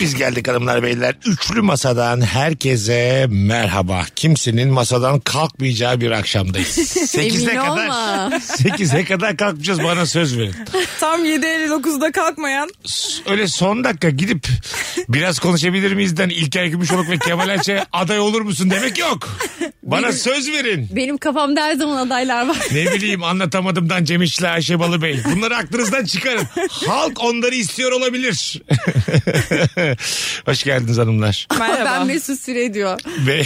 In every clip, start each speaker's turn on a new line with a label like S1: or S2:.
S1: Biz geldik hanımlar beyler. Üçlü masadan herkese merhaba. Kimsenin masadan kalkmayacağı bir akşamdayız. 8'e
S2: Emin
S1: kadar
S2: olma.
S1: 8'e kadar kalkacağız bana söz verin.
S3: Tam 7.59'da kalkmayan.
S1: Öyle son dakika gidip biraz konuşabilir miyizden İlker Gümüşoluk ve Kemal Ayça aday olur musun demek yok. Bana söz verin.
S2: Benim kafamda her zaman adaylar var.
S1: Ne bileyim anlatamadımdan Cem İşçiler, Ayşe Balıbey. Bunları aklınızdan çıkarın. Halk onları istiyor olabilir. Hoş geldiniz hanımlar.
S3: Merhaba.
S2: Ben Mesut Süre diyor.
S1: Be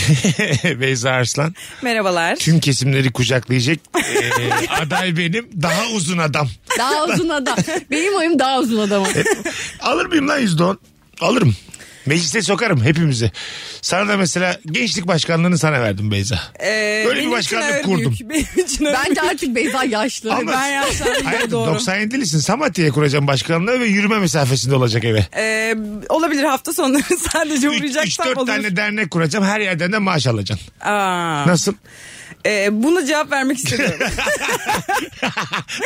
S1: Beyza Arslan.
S3: Merhabalar.
S1: tüm kesimleri kucaklayacak eee, aday benim. Daha uzun adam.
S2: Daha uzun adam. Benim oyum daha uzun adam.
S1: Alır mıyım lan yüzde on? Alırım. Meclise sokarım hepimizi. Sana da mesela gençlik başkanlığını sana verdim Beyza.
S3: Ee,
S1: Böyle bir
S3: benim için
S1: başkanlık
S3: ağır
S1: kurdum.
S3: yük. Benim için ağır
S2: Bence
S3: yük.
S2: artık Beyza yaşlı.
S1: Ama-
S3: Ben yaşlandım.
S1: Hayatım
S3: doğru.
S1: 97'lisin. Samatya'ya kuracağım başkanlığı ve yürüme mesafesinde olacak eve.
S3: Ee, olabilir hafta sonları sadece uğrayacak
S1: 3-4 tane dernek kuracağım. Her yerden de maaş alacaksın.
S3: Aa,
S1: Nasıl?
S3: Ee, buna cevap vermek istemiyorum.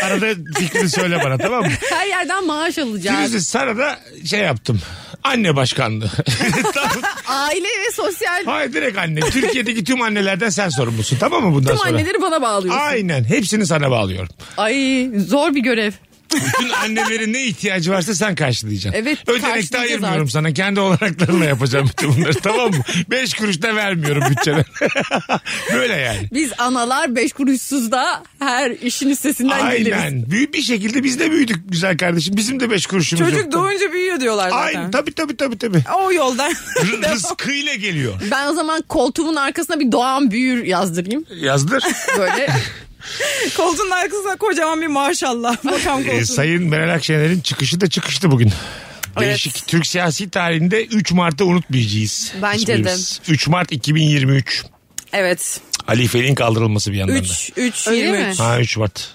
S1: Arada fikrini söyle bana tamam mı?
S2: Her yerden maaş alacak.
S1: Firuze sana da şey yaptım. Anne başkanlığı. tamam.
S2: Aile ve sosyal
S1: Hayır direkt anne. Türkiye'deki tüm annelerden sen sorumlusun tamam mı bundan
S2: tüm
S1: sonra?
S2: anneleri bana bağlıyorsun. Ay.
S1: Aynen hepsini sana bağlıyorum.
S2: zor bir görev.
S1: Bütün annelerin ne ihtiyacı varsa sen karşılayacaksın.
S2: Evet,
S1: Ödenekte
S2: karşılayacağız
S1: ayırmıyorum
S2: artık.
S1: sana kendi olanaklarımla yapacağım bütün bunları tamam mı? Beş kuruş da vermiyorum bütçene. Böyle yani.
S2: Biz analar beş kuruşsuz da her işin üstesinden geliriz.
S1: Aynen. Büyük bir şekilde biz de büyüdük güzel kardeşim. Bizim de beş kuruşumuz
S3: Çocuk
S1: yok.
S3: doğunca büyüyor diyorlar zaten.
S1: Aynen tabii tabii tabii. tabii.
S3: O yoldan.
S1: R- rızkıyla geliyor.
S2: Ben o zaman koltuğumun arkasına bir doğan büyür yazdırayım.
S1: Yazdır.
S2: Böyle
S3: Koltuğun arkasına kocaman bir maşallah. Makam koltuğu.
S1: Ee, Sayın Meral Akşener'in çıkışı da çıkıştı bugün. Değişik. Türk siyasi tarihinde 3 Mart'ı unutmayacağız.
S2: Bence
S1: Hiçbirimiz. 3 Mart 2023.
S3: evet.
S1: Ali Fel'in kaldırılması bir yandan da.
S3: 3, 3,
S2: Öyle
S3: 23.
S1: Ha 3 Mart.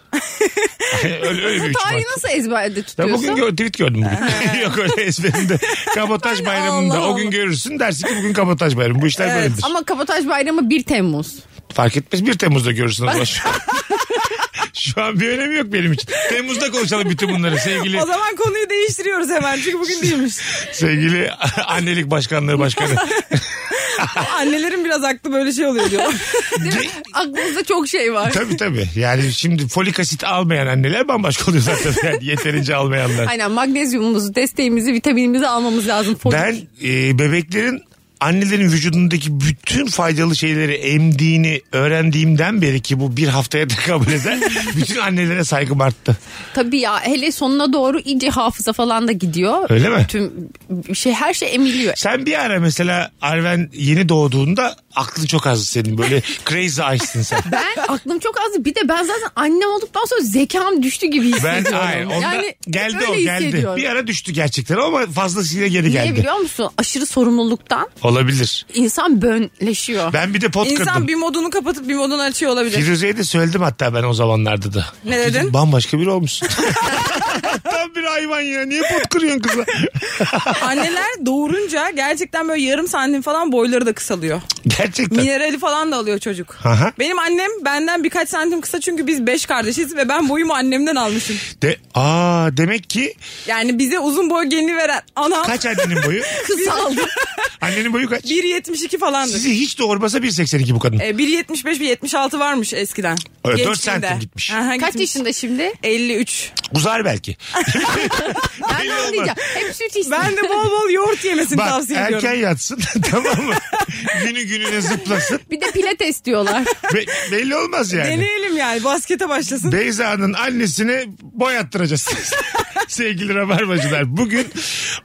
S1: öyle, öyle bir 3 Mart.
S2: tarihi nasıl ezberde
S1: Ya
S2: tutuyorsun?
S1: bugün gö- tweet gördüm bugün. Yok öyle ezberimde. Kabotaj bayramında
S2: Allah
S1: o gün
S2: Allah.
S1: görürsün dersin ki bugün kabotaj bayramı. Bu işler
S3: Evet.
S1: böyledir.
S2: Ama kabotaj bayramı 1 Temmuz.
S1: Fark etmez 1 Temmuz'da görürsün o zaman. Şu an bir önemi yok benim için. Temmuz'da konuşalım bütün bunları sevgili
S3: O zaman konuyu değiştiriyoruz hemen çünkü bugün değilmiş.
S1: sevgili annelik başkanlığı başkanı.
S3: Annelerin biraz aklı böyle şey oluyor diyorlar.
S2: Değil mi? Aklınızda çok şey var.
S1: Tabii tabii. Yani şimdi folik asit almayan anneler bambaşka oluyor zaten. Yani yeterince almayanlar.
S2: Aynen magnezyumumuzu, desteğimizi, vitaminimizi almamız lazım. Folik.
S1: Ben e, bebeklerin annelerin vücudundaki bütün faydalı şeyleri emdiğini öğrendiğimden beri ki bu bir haftaya tekabül eder. bütün annelere saygım arttı.
S2: Tabii ya hele sonuna doğru iyice hafıza falan da gidiyor.
S1: Öyle mi?
S2: Tüm şey her şey emiliyor.
S1: Sen bir ara mesela Arven yeni doğduğunda aklın çok azdı senin. Böyle crazy eyes'tin sen.
S2: Ben aklım çok azdı. Bir de ben zaten annem olduktan sonra zekam düştü gibi
S1: Ben
S2: hissediyorum.
S1: hayır. Onda geldi o geldi. Bir ara düştü gerçekten ama fazlasıyla geri
S2: Niye
S1: geldi.
S2: biliyor musun? Aşırı sorumluluktan
S1: Olabilir.
S2: insan bönleşiyor.
S1: Ben bir de pot kırdım.
S3: İnsan bir modunu kapatıp bir modunu açıyor olabilir.
S1: Firuze'ye de söyledim hatta ben o zamanlarda da.
S3: Ne dedin?
S1: Bambaşka biri olmuşsun. Tam bir hayvan ya. Niye pot kırıyorsun kıza?
S3: Anneler doğurunca gerçekten böyle yarım santim falan boyları da kısalıyor.
S1: Gerçekten.
S3: Minerali falan da alıyor çocuk.
S1: Aha.
S3: Benim annem benden birkaç santim kısa çünkü biz beş kardeşiz ve ben boyumu annemden almışım.
S1: De, aa demek ki
S3: Yani bize uzun boy geni veren anam
S1: kaç annenin boyu?
S2: Kısaldım.
S1: Annenin boyu kaç?
S3: 1.72 falandı.
S1: Sizi hiç doğurmasa 1.82 bu kadın.
S3: Ee, 1.75 1.76 varmış eskiden.
S1: Evet, dört
S3: Gençliğinde.
S1: santim gitmiş.
S3: Aha,
S2: Kaç
S3: gitmiş.
S2: yaşında şimdi?
S3: 53.
S1: Uzar belki.
S2: Ben
S1: Belli
S2: de
S1: olmaz.
S2: onu diyeceğim. Hep süt içsin.
S3: Ben de bol bol yoğurt yemesini
S1: Bak
S3: tavsiye ediyorum.
S1: erken yatsın tamam mı? Günü gününe zıplasın.
S2: Bir de pilates diyorlar.
S1: Be- belli olmaz yani.
S3: Deneyelim yani baskete başlasın.
S1: Beyza'nın annesini boyattıracağız. Sevgili Rabarbacılar bugün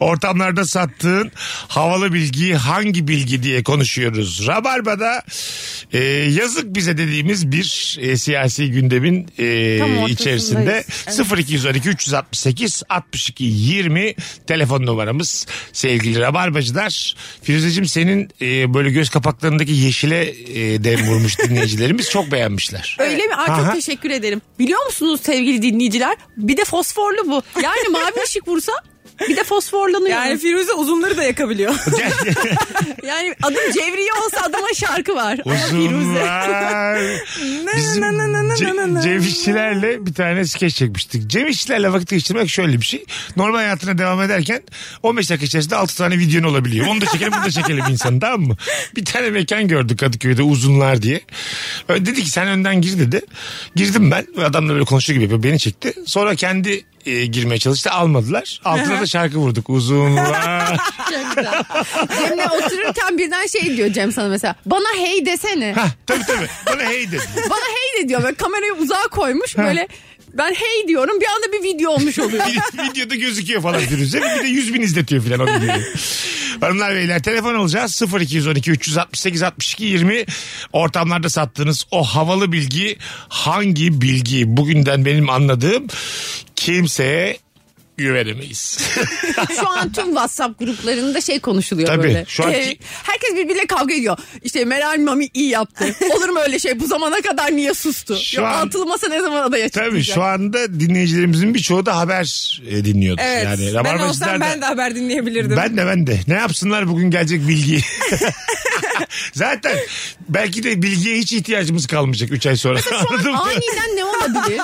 S1: Ortamlarda sattığın havalı bilgiyi hangi bilgi diye konuşuyoruz. Rabarba'da e, yazık bize dediğimiz bir e, siyasi gündemin e,
S2: Tam ortasındayız.
S1: içerisinde
S2: Evet.
S1: 0212 368 62 20 telefon numaramız sevgili Rabarbacılar. Firuzeciğim senin e, böyle göz kapaklarındaki yeşile e, dem vurmuş dinleyicilerimiz çok beğenmişler.
S2: Öyle mi? Aa,
S1: Aha.
S2: çok teşekkür ederim. Biliyor musunuz sevgili dinleyiciler? Bir de fosforlu bu. Yani mavi ışık vursa bir de fosforlanıyor.
S3: Yani
S2: Yani,
S3: Firuze uzunları da yakabiliyor.
S2: adım Cevriye olsa adıma şarkı var. Ama Firuze.
S1: Uzunlar. Bizim
S3: Na, na, na, na,
S1: Ce-
S3: na, na.
S1: Cem İşçilerle bir tane skeç çekmiştik. Cem İşçilerle vakit geçirmek şöyle bir şey. Normal hayatına devam ederken 15 dakika içerisinde 6 tane videon olabiliyor. Onu da çekelim bunu da çekelim insanı tamam mı? Bir tane mekan gördük Kadıköy'de uzunlar diye. Ö- Dedi ki sen önden gir dedi. Girdim ben. Adamla böyle konuşuyor gibi yapıyor. Beni çekti. Sonra kendi e, girmeye çalıştı almadılar. Altına da şarkı vurduk. Uzunlar.
S2: Çok güzel. Cem'le otururken birden şey diyor Cem sana mesela. Bana hey desene.
S1: Hah, tabii tabii. Bana hey dedi.
S2: Bana hey de diyor. Böyle kamerayı uzağa koymuş. Böyle ben hey diyorum. Bir anda bir video olmuş oluyor.
S1: Bir- videoda gözüküyor falan Firuze. Bir de 100 bin izletiyor falan o videoyu. Hanımlar beyler telefon olacağız 0212 368 62 20 ortamlarda sattığınız o havalı bilgi hangi bilgi bugünden benim anladığım kimseye güvenemeyiz.
S2: Şu an tüm WhatsApp gruplarında şey konuşuluyor
S1: Tabii,
S2: böyle. Ee,
S1: şu anki-
S2: herkes birbiriyle kavga ediyor. İşte Meral Mami iyi yaptı. Olur mu öyle şey? Bu zamana kadar niye sustu?
S1: Şu
S2: Yok,
S1: an-
S2: Altılı masa ne zaman adaya çıkacak?
S1: Tabii şu anda dinleyicilerimizin birçoğu da haber e, dinliyordur.
S3: Evet.
S1: Yani
S3: ben
S1: Rabarbacılar
S3: olsam
S1: da-
S3: ben de haber dinleyebilirdim.
S1: Ben de ben de. Ne yapsınlar bugün gelecek bilgiyi? Zaten belki de bilgiye hiç ihtiyacımız kalmayacak 3 ay sonra. Anladın mı?
S2: Aniden ne olabilir?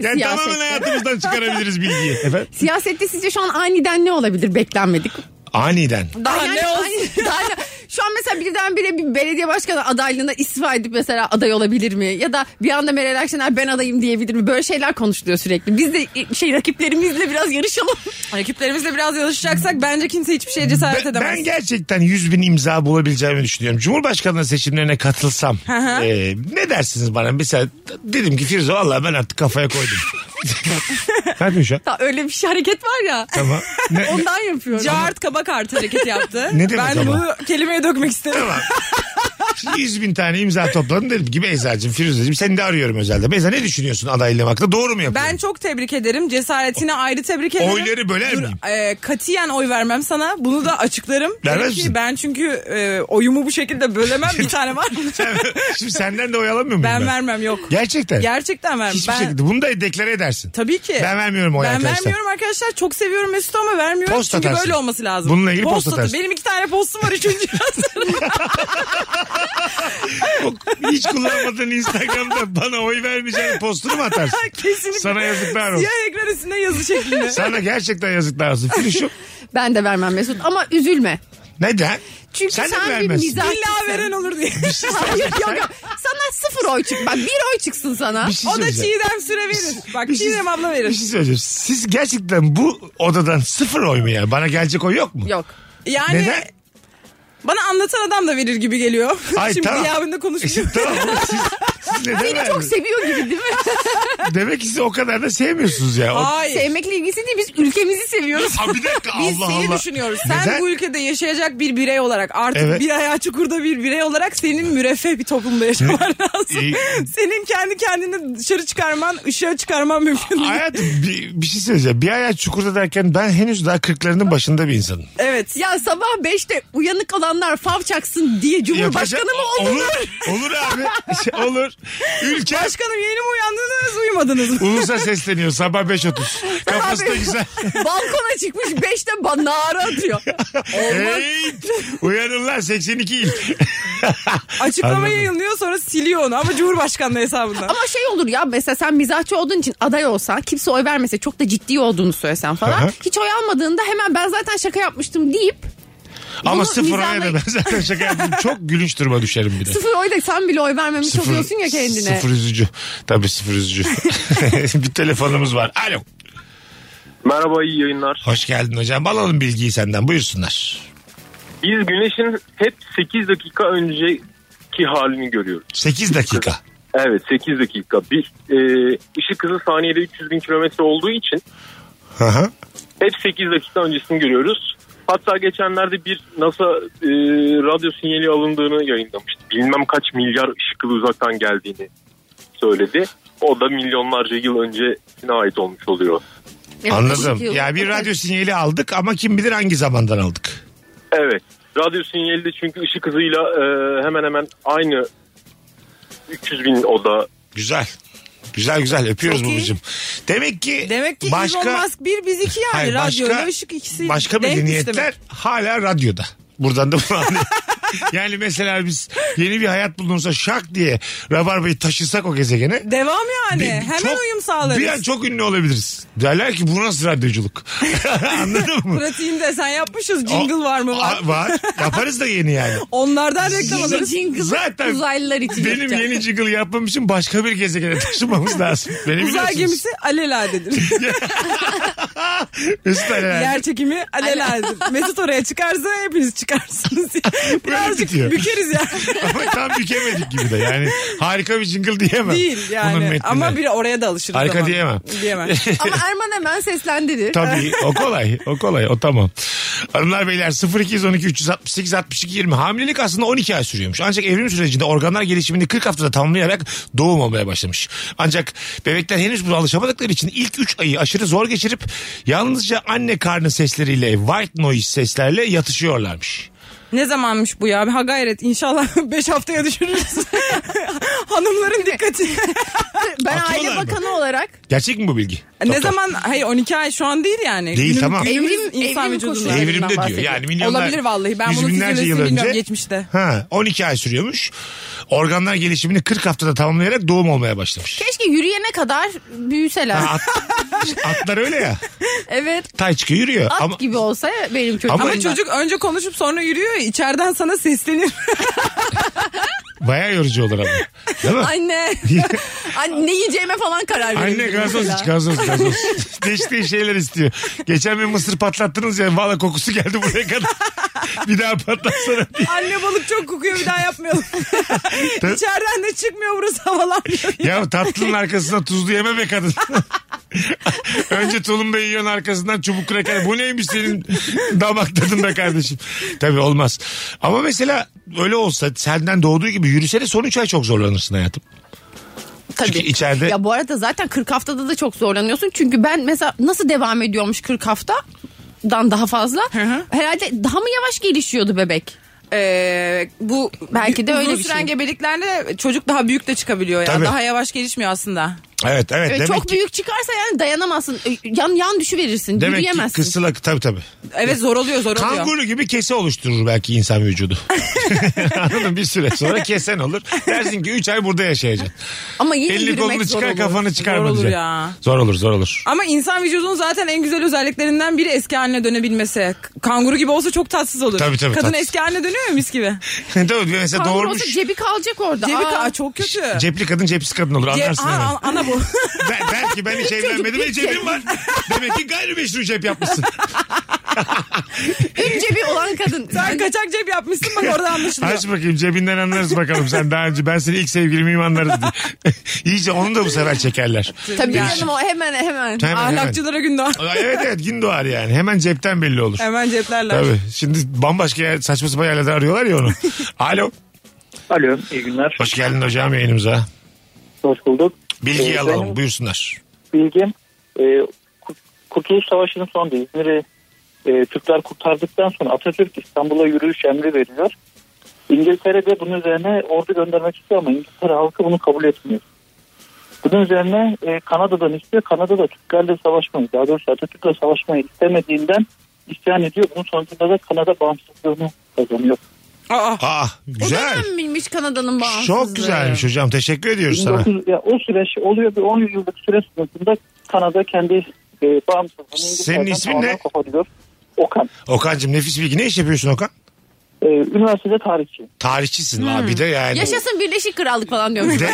S1: Yani
S2: Siyasette.
S1: tamamen hayatımızdan çıkarabiliriz bilgiyi. Efendim?
S2: Siyasette sizce şu an aniden ne olabilir? Beklenmedik.
S1: Aniden.
S3: Daha
S2: Yani
S3: ne olsun?
S2: ani- daha ne- şu an mesela birdenbire bir belediye başkanı adaylığına istifa edip mesela aday olabilir mi? Ya da bir anda Meral Akşener ben adayım diyebilir mi? Böyle şeyler konuşuluyor sürekli. Biz de e, şey rakiplerimizle biraz yarışalım.
S3: Rakiplerimizle biraz yarışacaksak bence kimse hiçbir şey şeye cesaret
S1: Ben,
S3: edemez.
S1: ben gerçekten 100 bin imza bulabileceğimi düşünüyorum. Cumhurbaşkanlığı seçimlerine katılsam
S3: hı.
S1: e, ne dersiniz bana? Mesela dedim ki Firuze valla ben artık kafaya koydum. ne yapıyorsun şu an?
S2: Ya öyle bir şey hareket var ya.
S1: Tamam. Ne-
S2: Ondan yapıyorum.
S3: Cart kabak artı hareketi yaptı.
S1: Ne demek
S3: ben
S1: ama?
S3: bunu kelimeye dökmek istedim.
S1: 100 bin tane imza topladım dedim ki Beyza'cığım Firuze'cim seni de arıyorum özelde. Beyza ne düşünüyorsun adaylığım hakkında doğru mu yapıyorum?
S3: Ben çok tebrik ederim. Cesaretine ayrı tebrik ederim.
S1: Oyları böler
S3: Dur,
S1: miyim?
S3: e, katiyen oy vermem sana. Bunu da açıklarım.
S1: Vermez
S3: Derim ki,
S1: misin?
S3: Ben çünkü e, oyumu bu şekilde bölemem. bir tane var.
S1: Şimdi senden de oyalamıyor muyum ben?
S3: ben vermem yok.
S1: Gerçekten.
S3: Gerçekten vermem.
S1: Hiçbir
S3: Ben,
S1: şekilde. Bunu da deklare edersin.
S3: Tabii ki.
S1: Ben vermiyorum oy
S3: Ben
S1: arkadaşlar.
S3: vermiyorum arkadaşlar. Çok seviyorum Mesut'u ama vermiyorum.
S1: Post
S3: çünkü
S1: atarsın.
S3: böyle olması lazım.
S1: Bununla ilgili post
S3: atı-
S1: atarsın.
S3: Benim iki tane postum var. Üçüncü yazarım.
S1: Yok, Hiç kullanmadığın Instagram'da bana oy vermeyeceğin postunu mu atarsın?
S3: Kesinlikle.
S1: Sana yazıklar olsun.
S3: Siyah ekran üstünde yazı şeklinde.
S1: Sana gerçekten yazıklar olsun. Filuşum.
S2: Ben de vermem Mesut ama üzülme.
S1: Neden?
S2: Çünkü sen,
S1: de şey mi
S2: bir
S1: vermezsin?
S2: mizahçısın.
S3: İlla veren olur diye.
S2: Hayır yok yok. Sana sıfır oy çık. Bak bir oy çıksın sana.
S1: Bir şey
S3: O da
S1: söyleyeceğim.
S3: Çiğdem süre verir. Bak
S1: Bir şey-
S3: Çiğdem abla
S1: Bir
S3: verir.
S1: şey söyleyeceğim. Siz gerçekten bu odadan sıfır oy mu ya? Bana gelecek oy yok mu?
S2: Yok.
S3: Yani
S1: Neden?
S3: bana anlatan adam da verir gibi geliyor.
S1: Ay,
S3: Şimdi
S1: tamam.
S3: yarın da konuşacağız.
S1: E, tamam. Siz, siz neden
S2: Beni çok
S1: verdiniz?
S2: seviyor gibi değil mi?
S1: Demek ki siz o kadar da sevmiyorsunuz ya. O-
S3: Hayır.
S2: Sevmekle Şey, ilgisi değil biz ülkemizi seviyoruz.
S1: Ha, bir dakika
S3: Biz
S1: Allah
S3: seni
S1: Allah.
S3: düşünüyoruz. Sen
S1: Neden?
S3: bu ülkede yaşayacak bir birey olarak artık
S1: Evet.
S3: bir ayağı çukurda bir birey olarak senin müreffeh bir toplumda yaşaman lazım.
S1: İyi.
S3: senin kendi kendini dışarı çıkarman, ışığa çıkarman mümkün değil.
S1: Hayatım bir, bir şey söyleyeceğim. Bir ayağı çukurda derken ben henüz daha kırklarının başında bir insanım.
S3: Evet.
S2: Ya sabah 5'te uyanık olanlar fav çaksın diye Cumhurbaşkanı mı
S1: Yapacak-
S2: oldu?
S1: Olur, olur abi. olur. Ülke
S3: Başkanım yeni mi uyandınız, uyumadınız mı?
S1: ulusa sesleniyor sabah 5.30. Kafası da
S2: Sabah
S1: güzel.
S2: Balkona çıkmış 5'te ba- nara atıyor.
S1: hey, uyanın lan 82 il.
S3: Açıklama
S1: Anladım.
S3: yayınlıyor sonra siliyor onu ama Cumhurbaşkanlığı hesabından.
S2: Ama şey olur ya mesela sen mizahçı olduğun için aday olsan kimse oy vermese çok da ciddi olduğunu söylesen
S1: Hı
S2: falan.
S1: hı.
S2: hiç oy almadığında hemen ben zaten şaka yapmıştım deyip
S1: Ama
S2: Bunu
S1: sıfır oya da
S2: mizahla-
S1: ben zaten şaka yaptım. Çok gülünç duruma düşerim bir de.
S2: sıfır oyda sen bile oy vermemiş oluyorsun ya kendine.
S1: Sıfır üzücü. Tabii sıfır üzücü. bir telefonumuz var. Alo.
S4: Merhaba iyi yayınlar.
S1: Hoş geldin hocam. Alalım bilgiyi senden. Buyursunlar.
S4: Biz güneşin hep 8 dakika önceki halini görüyoruz.
S1: 8 dakika.
S4: Evet 8 dakika. Bir, e, ışık hızı saniyede 300 bin kilometre olduğu için
S1: Hı hı.
S4: Hep 8 dakika öncesini görüyoruz. Hatta geçenlerde bir NASA e, radyo sinyali alındığını yayınlamıştı. Bilmem kaç milyar ışık yılı uzaktan geldiğini söyledi. O da milyonlarca yıl öncesine ait olmuş oluyor.
S2: Evet,
S1: Anladım.
S2: iki yıl.
S1: Ya bir radyo sinyali aldık ama kim bilir hangi zamandan aldık.
S4: Evet. Radyo sinyali de çünkü ışık hızıyla e, hemen hemen aynı 300 bin oda
S1: Güzel. Güzel güzel öpüyoruz
S3: Çok iyi.
S1: babacığım. Demek ki
S3: Demek ki
S1: başka
S3: Elon Musk bir biz iki yani.
S1: Hayır,
S3: Radyo
S1: başka-
S3: ile ışık ikisi
S1: başka
S3: denk
S1: medeniyetler
S3: istemek.
S1: hala radyoda. Buradan da bunu anlıyoruz. yani mesela biz yeni bir hayat bulunursa şak diye Rabarba'yı taşısak o gezegene
S3: Devam yani.
S1: Bir-
S3: Hemen
S1: çok-
S3: uyum sağlarız.
S1: Bir an çok ünlü olabiliriz. Derler ki bu nasıl radyoculuk? Anladın mı?
S3: Pratiğinde sen yapmışız. Jingle var mı var?
S1: A- var. Yaparız da yeni yani.
S3: Onlardan reklam
S2: Yeni
S3: alırız.
S2: jingle
S1: Zaten
S2: uzaylılar için
S1: Benim
S2: yapacak.
S1: yeni jiggle yapmam için başka bir gezegene taşınmamos lazım. Beni
S3: Uzay
S1: biliyorsunuz.
S3: gemisi aleladedir.
S1: Mesut Ali Erbil.
S3: Yer çekimi aleladedir. Mesut oraya çıkarsa hepiniz çıkarsınız. Birazcık
S1: bitiyor.
S3: bükeriz ya.
S1: Ama tam bükemedik gibi de yani. Harika bir jingle diyemem.
S3: Değil
S1: Bunun
S3: yani.
S1: metnine.
S3: Ama bir oraya da alışırız.
S1: Harika
S3: ama.
S1: diyemem.
S3: Diyemem.
S2: Ama Erman hemen seslendirir.
S1: Tabii o kolay o kolay o tamam. Hanımlar beyler 0212 368 62 20 hamilelik aslında 12 ay sürüyormuş. Ancak evrim sürecinde organlar gelişimini 40 haftada tamamlayarak doğum olmaya başlamış. Ancak bebekler henüz buna alışamadıkları için ilk 3 ayı aşırı zor geçirip yalnızca anne karnı sesleriyle white noise seslerle yatışıyorlarmış.
S3: Ne zamanmış bu ya? Ha gayret inşallah 5 haftaya düşürürüz. Hanımların dikkati.
S2: Ben
S1: Atıyorlar
S2: aile
S1: mı?
S2: bakanı olarak
S1: Gerçek mi bu bilgi?
S3: ne
S1: Doktor.
S3: zaman? Hayır 12 ay şu an değil yani.
S1: Değil, tamam.
S3: Evrim,
S2: Evrim-
S3: insan
S2: evrim
S3: vücudunda.
S2: koşulları.
S1: Evrimde diyor.
S2: bahsediyor.
S1: Yani milyonlar,
S3: Olabilir vallahi. Ben
S1: yüz
S3: bunun
S1: binlerce
S3: fizyolojisini
S1: yıl
S3: bilmiyorum,
S1: önce-
S3: geçmişte.
S1: Ha, 12 ay sürüyormuş. Organlar gelişimini 40 haftada tamamlayarak doğum olmaya başlamış.
S2: Keşke yürüyene kadar büyüseler.
S1: Ha, at- atlar öyle ya.
S2: evet.
S1: Tay çıkıyor yürüyor.
S2: At
S1: Ama
S2: gibi olsa benim çocuğum.
S1: Ama
S3: Ama
S2: da.
S3: çocuk önce konuşup sonra yürüyor ya içeriden sana seslenir.
S1: bayağı yorucu olur ama. Değil mi?
S2: Anne. Anne ne yiyeceğime falan karar veriyor.
S1: Anne gazoz iç gazoz gazoz. Değiştiği şeyler istiyor. Geçen bir mısır patlattınız ya valla kokusu geldi buraya kadar. bir daha patlatsana diye.
S3: Anne balık çok kokuyor bir daha yapmayalım. içeriden de çıkmıyor burası havalanmıyor.
S1: Ya tatlının arkasına tuzlu yeme be kadın. Önce tulumba yiyorsun arkasından çubuk kraker. Bu neymiş senin damak tadın be kardeşim. Tabii olmaz. Ama mesela öyle olsa senden doğduğu gibi yürüsene son 3 ay çok zorlanırsın hayatım.
S2: Tabii.
S1: Çünkü içeride-
S2: Ya bu arada zaten 40 haftada da çok zorlanıyorsun. Çünkü ben mesela nasıl devam ediyormuş 40 hafta? dan daha fazla.
S3: hı.
S2: Herhalde daha mı yavaş gelişiyordu bebek?
S3: Ee, bu
S2: Belki de
S3: uzun
S2: öyle bir
S3: süren
S2: şey.
S3: gebeliklerde çocuk daha büyük de çıkabiliyor ya.
S1: Tabii.
S3: Daha yavaş gelişmiyor aslında.
S1: Evet evet.
S2: Ee,
S1: demek
S2: çok
S1: ki-
S2: büyük çıkarsa yani dayanamazsın. Ee, Yan yan düşüverirsin.
S1: Demek ki
S2: yürüyemezsin.
S1: kısıla tabii tabii.
S3: Evet zor oluyor zor oluyor.
S1: Kanguru gibi kese oluşturur belki insan vücudu. Anladın mı? Bir süre sonra kesen olur. Dersin ki 3 ay burada yaşayacaksın.
S2: Ama yine
S1: Elini kolunu
S2: yürümek zor
S1: çıkar
S2: olur.
S1: kafanı çıkar
S3: Zor
S1: mı
S3: olur
S1: diyeceksin.
S3: ya.
S1: Zor olur zor olur.
S3: Ama insan vücudunun zaten en güzel özelliklerinden biri eski haline dönebilmesi. K- Kanguru gibi olsa çok tatsız olur.
S1: Tabii, tabii,
S3: Kadın
S1: tatsız.
S3: eski haline dönüyor ya mis gibi.
S1: Tabii mesela
S2: Kanguru
S1: doğurmuş.
S2: olsa cebi kalacak orada.
S3: Cebi
S2: Aa,
S3: ka- çok kötü.
S1: Cepli kadın cepsiz kadın olur
S3: Ce-
S1: anlarsın
S3: Aa,
S1: hemen.
S3: an- ana bu.
S1: Ben, der ki ben hiç evlenmedim ve cebim var. Demek ki gayrimeşru cep yapmışsın.
S2: ün cebi olan kadın.
S3: Sen kaçak cep yapmışsın bak orada anlaşılıyor.
S1: Aç bakayım cebinden anlarız bakalım sen daha önce. Ben seni ilk sevgili miyim anlarız diye. İyice onu da bu sefer çekerler.
S2: Tabii
S1: Yani-
S2: canım o hemen hemen.
S1: Hemen, hemen.
S3: Ahlakçılara gündoğar.
S1: Aa, Evet evet gün doğar yani. Hemen cepten belli olur.
S3: Hemen ceplerler.
S1: Tabii. Şimdi bambaşka yer, saçma sapan yerlerden arıyorlar ya onu. Alo.
S5: Alo iyi günler.
S1: Hoş geldin hocam yayınımıza.
S5: Hoş bulduk.
S1: Bilgiyi
S5: Ee,
S1: alalım
S5: benim
S1: buyursunlar.
S5: Bilgim e, Kurt- Kurtuluş Savaşı'nın sonunda İzmir'i e, Türkler kurtardıktan sonra Atatürk İstanbul'a yürüyüş emri veriyor. İngiltere de bunun üzerine ordu göndermek istiyor ama İngiltere halkı bunu kabul etmiyor. Bunun üzerine e, Kanada'dan istiyor. Kanada da Türklerle savaşmayı, daha doğrusu Atatürk'le savaşmayı istemediğinden isyan ediyor. Bunun sonucunda da Kanada bağımsızlığını kazanıyor.
S3: Aa,
S1: Aa
S2: O
S1: Ah, güzel.
S2: dönem miymiş Kanada'nın bağımsızlığı?
S1: Çok güzelmiş hocam. Teşekkür ediyoruz sana.
S5: 1900 ya, o süreç oluyor bir 10 yıllık süre sınıfında Kanada kendi e, bağımsızlığını
S1: Senin
S5: İngiltere'den
S1: ismin
S5: tamamen
S1: ne?
S5: koparıyor. Okan.
S1: Okancığım nefis bilgi. Ne iş yapıyorsun Okan?
S5: E, üniversitede tarihçi.
S1: Tarihçisin abi de yani.
S2: Yaşasın Birleşik Krallık falan diyormuş.
S1: De-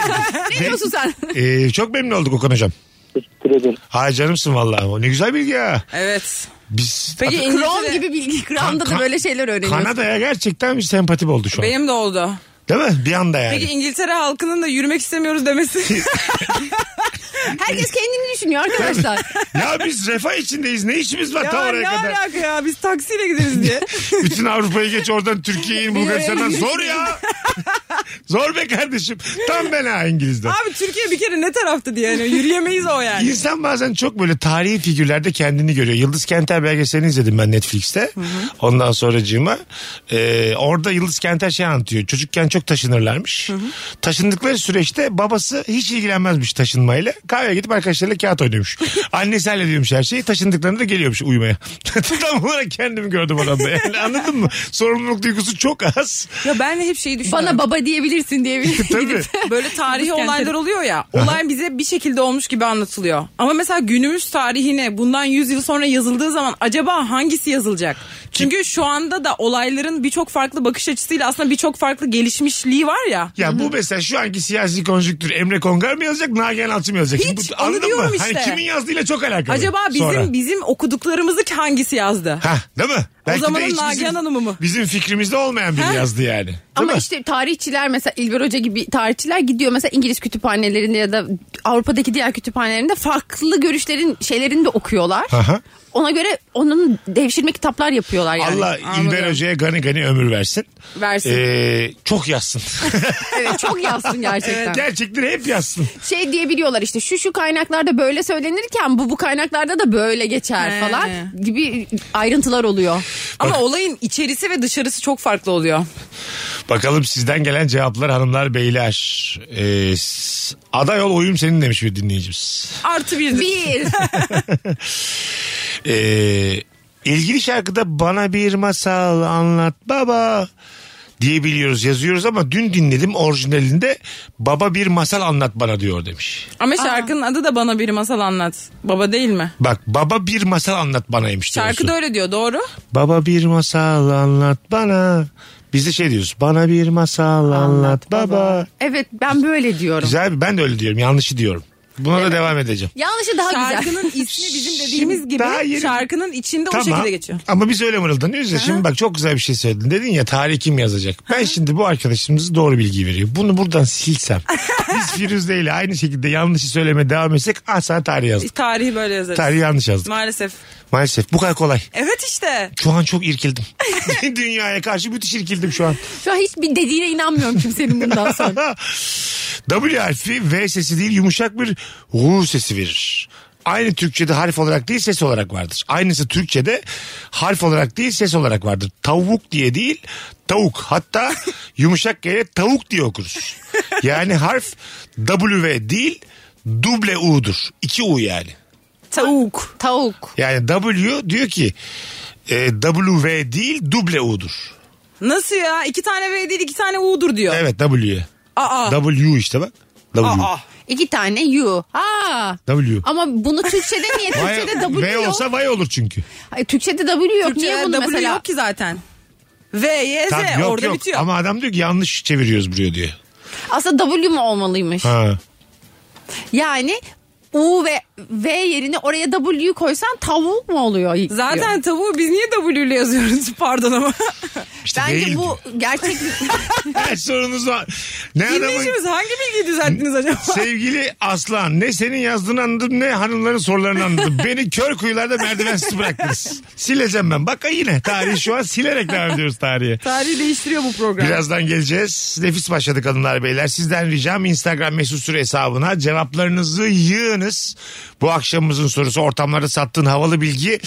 S2: ne
S1: de-
S2: diyorsun sen?
S1: Ee, çok memnun olduk Okan hocam.
S5: Teşekkür ederim.
S1: Hay canımsın vallahi. Ne güzel bilgi ya.
S3: evet.
S1: Biz
S3: Peki
S1: At-
S2: Kron
S3: İngiltere-
S2: gibi bilgi. Kron'da
S1: Kan-
S2: da böyle şeyler öğreniyorsun.
S1: Kanada'ya gerçekten bir sempatim oldu şu an.
S3: Benim de oldu.
S1: Değil mi? Bir anda yani.
S3: Peki İngiltere halkının da yürümek istemiyoruz demesi.
S2: Herkes kendini düşünüyor arkadaşlar.
S1: Ya biz refah içindeyiz. Ne işimiz var
S3: Ya
S1: ta
S3: ne
S1: oraya kadar?
S3: alaka ya biz taksiyle gideriz diye.
S1: Bütün Avrupa'yı geç oradan Türkiye'ye in Bulgaristan'dan. Zor ya. Zor be kardeşim. Tam ben ha İngiliz'den.
S3: Abi Türkiye bir kere ne tarafta diye yani yürüyemeyiz o yani.
S1: İnsan bazen çok böyle tarihi figürlerde kendini görüyor. Yıldız Kenter belgeselini izledim ben Netflix'te. Ondan sonracığıma. e, orada Yıldız Kenter şey anlatıyor. Çocukken çok taşınırlarmış. Taşındıkları süreçte babası hiç ilgilenmezmiş taşınmayla. Kahveye gidip arkadaşlarıyla kağıt oynuyormuş. Annesi hallediyormuş her şeyi. Taşındıklarında da geliyormuş uyumaya. Tam olarak kendimi gördüm adamda. Yani anladın mı? Sorumluluk duygusu çok az.
S3: Ya ben de hep şeyi düşünüyorum.
S2: Bana baba diyebilirsin diye bir
S1: Tabii.
S3: Böyle tarihi
S2: Kent-
S3: olaylar oluyor ya. Olay bize bir şekilde olmuş gibi anlatılıyor. Ama mesela günümüz tarihine bundan 100 yıl sonra yazıldığı zaman acaba hangisi yazılacak? Çünkü şu anda da olayların birçok farklı bakış açısıyla aslında birçok farklı gelişmişliği var ya.
S1: Ya bu mesela şu anki siyasi konjüktür Emre Kongar mı yazacak, Nagihan Alçı mı yazacak? Şimdi
S3: Hiç,
S1: bu-
S3: onu diyorum
S1: Hani
S3: işte.
S1: kimin yazdığıyla çok alakalı.
S3: Acaba bizim
S1: Sonra.
S3: bizim okuduklarımızı hangisi yazdı?
S1: Ha, değil mi? de
S3: zamanın
S1: hiç bizim-
S3: Nagihan Hanım'ı mı?
S1: Bizim fikrimizde olmayan biri
S3: Ha?
S1: yazdı yani. Değil
S2: Ama
S1: mi?
S2: işte tarihçiler mesela İlber Hoca gibi tarihçiler gidiyor mesela İngiliz kütüphanelerinde ya da Avrupa'daki diğer kütüphanelerinde farklı görüşlerin şeylerini de okuyorlar.
S1: Aha.
S2: Ona göre onun devşirme kitaplar yapıyorlar yani.
S1: Allah İlber Hoca'ya gani gani ömür versin.
S3: Versin.
S1: Ee, çok yazsın. Ee,
S2: Evet çok yazsın gerçekten.
S1: Gerçekleri hep yazsın.
S2: şey diyebiliyorlar işte şu şu kaynaklarda böyle söylenirken bu bu kaynaklarda da böyle geçer
S3: He.
S2: falan gibi ayrıntılar oluyor.
S3: Ama olayın içerisi ve dışarısı çok farklı oluyor.
S1: Bakalım sizden gelen cevaplar hanımlar beyler. Ee, s- aday ol oyum senin demiş bir dinleyicimiz.
S3: Artı bir.
S2: Bir.
S1: Ee, ilgili şarkıda bana bir masal anlat baba diyebiliyoruz yazıyoruz ama dün dinledim orijinalinde baba bir masal anlat bana diyor demiş.
S3: Ama şarkının adı da bana bir masal anlat. Baba değil mi?
S1: Bak baba bir masal anlat banaymış diyorsun.
S3: Şarkı da öyle diyor doğru.
S1: Baba bir masal anlat bana. Biz de şey diyoruz. Bana bir masal anlat, baba.
S2: evet ben böyle diyorum.
S1: Güzel bir ben de öyle diyorum. Yanlışı diyorum. Buna da devam edeceğim.
S2: Yanlışı daha güzel.
S3: Şarkının ismi bizim dediğimiz
S1: Şimdi
S3: gibi
S1: daha yeni-
S3: şarkının içinde o şekilde geçiyor.
S1: Ama biz öyle mırıldanıyoruz ya. Şimdi bak çok güzel bir şey söyledin. Dedin ya tarih kim yazacak? Ben şimdi bu arkadaşımız doğru bilgi veriyor. Bunu buradan silsem. biz Firuze ile aynı şekilde yanlışı söylemeye devam etsek ah sana tarih yazdık.
S3: Tarihi böyle yazarız.
S1: Tarih yanlış yazdık.
S3: Maalesef.
S1: Maalesef bu kadar kolay.
S3: Evet işte.
S1: Şu an çok irkildim. Dünyaya karşı müthiş irkildim şu an.
S2: Şu an hiçbir dediğine inanmıyorum kimsenin bundan sonra.
S1: W harfi V sesi değil yumuşak bir U sesi verir. Aynı Türkçe'de harf olarak değil ses olarak vardır. Aynısı Türkçe'de harf olarak değil ses olarak vardır. Tavuk diye değil tavuk. Hatta yumuşak G'ye tavuk diye okuruz. Yani harf W değil duble U'dur. İki U yani.
S3: Tavuk.
S2: Tavuk.
S1: Yani W diyor ki e, W değil duble U'dur.
S3: Nasıl ya? İki tane V değil iki tane U'dur diyor.
S1: Evet W.
S3: Aa.
S1: W işte bak. W.
S3: Aa.
S2: İki tane U. Ha.
S1: W.
S2: Ama bunu Türkçe'de niye?
S1: Vay-
S2: Türkçe'de W
S1: V
S2: yok.
S1: olsa vay olur çünkü.
S2: Hayır, Türkçe'de W yok. niye bunu
S3: W
S2: mesela?
S3: yok ki zaten. V, Y, Z
S1: Tam, yok
S3: orada
S1: yok
S3: bitiyor.
S1: ama adam diyor ki yanlış çeviriyoruz buraya diyor.
S2: Aslında W mu olmalıymış?
S1: Ha.
S2: Yani U ve V yerine oraya W koysan tavuk mu oluyor?
S3: Zaten tavuğu biz niye W ile yazıyoruz? Pardon ama.
S1: İşte
S2: Bence
S1: değil
S2: bu gerçek
S1: Her sorunuz var. Ne adamın
S3: Dinleyicimiz hangi bilgiyi düzelttiniz acaba?
S1: sevgili Aslan ne senin yazdığını anladım ne hanımların sorularını anladım. Beni kör kuyularda merdivensiz bıraktınız. Sileceğim ben. Bak yine tarihi şu an silerek devam ediyoruz tarihe.
S3: Tarihi değiştiriyor bu program.
S1: Birazdan geleceğiz. Nefis başladık hanımlar beyler. Sizden ricam Instagram mesut süre hesabına cevaplarınızı yığınız. Bu akşamımızın sorusu ortamlarda sattığın havalı bilgi.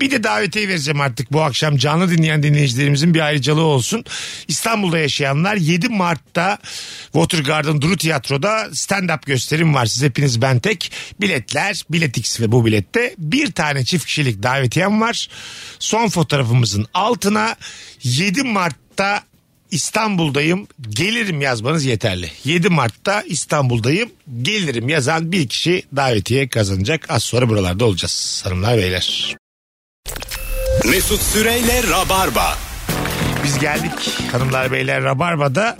S1: Bir de davetiye vereceğim artık bu akşam canlı dinleyen dinleyicilerimizin bir ayrıcalığı olsun. İstanbul'da yaşayanlar 7 Mart'ta Watergarden Duru Tiyatro'da stand-up gösterim var. Siz hepiniz ben tek. Biletler Biletix ve bu bilette bir tane çift kişilik davetiyem var. Son fotoğrafımızın altına 7 Mart'ta İstanbul'dayım gelirim yazmanız yeterli. 7 Mart'ta İstanbul'dayım gelirim yazan bir kişi davetiye kazanacak. Az sonra buralarda olacağız hanımlar beyler.
S6: Mesut Süreyle Rabarba.
S1: Biz geldik hanımlar beyler Rabarba'da.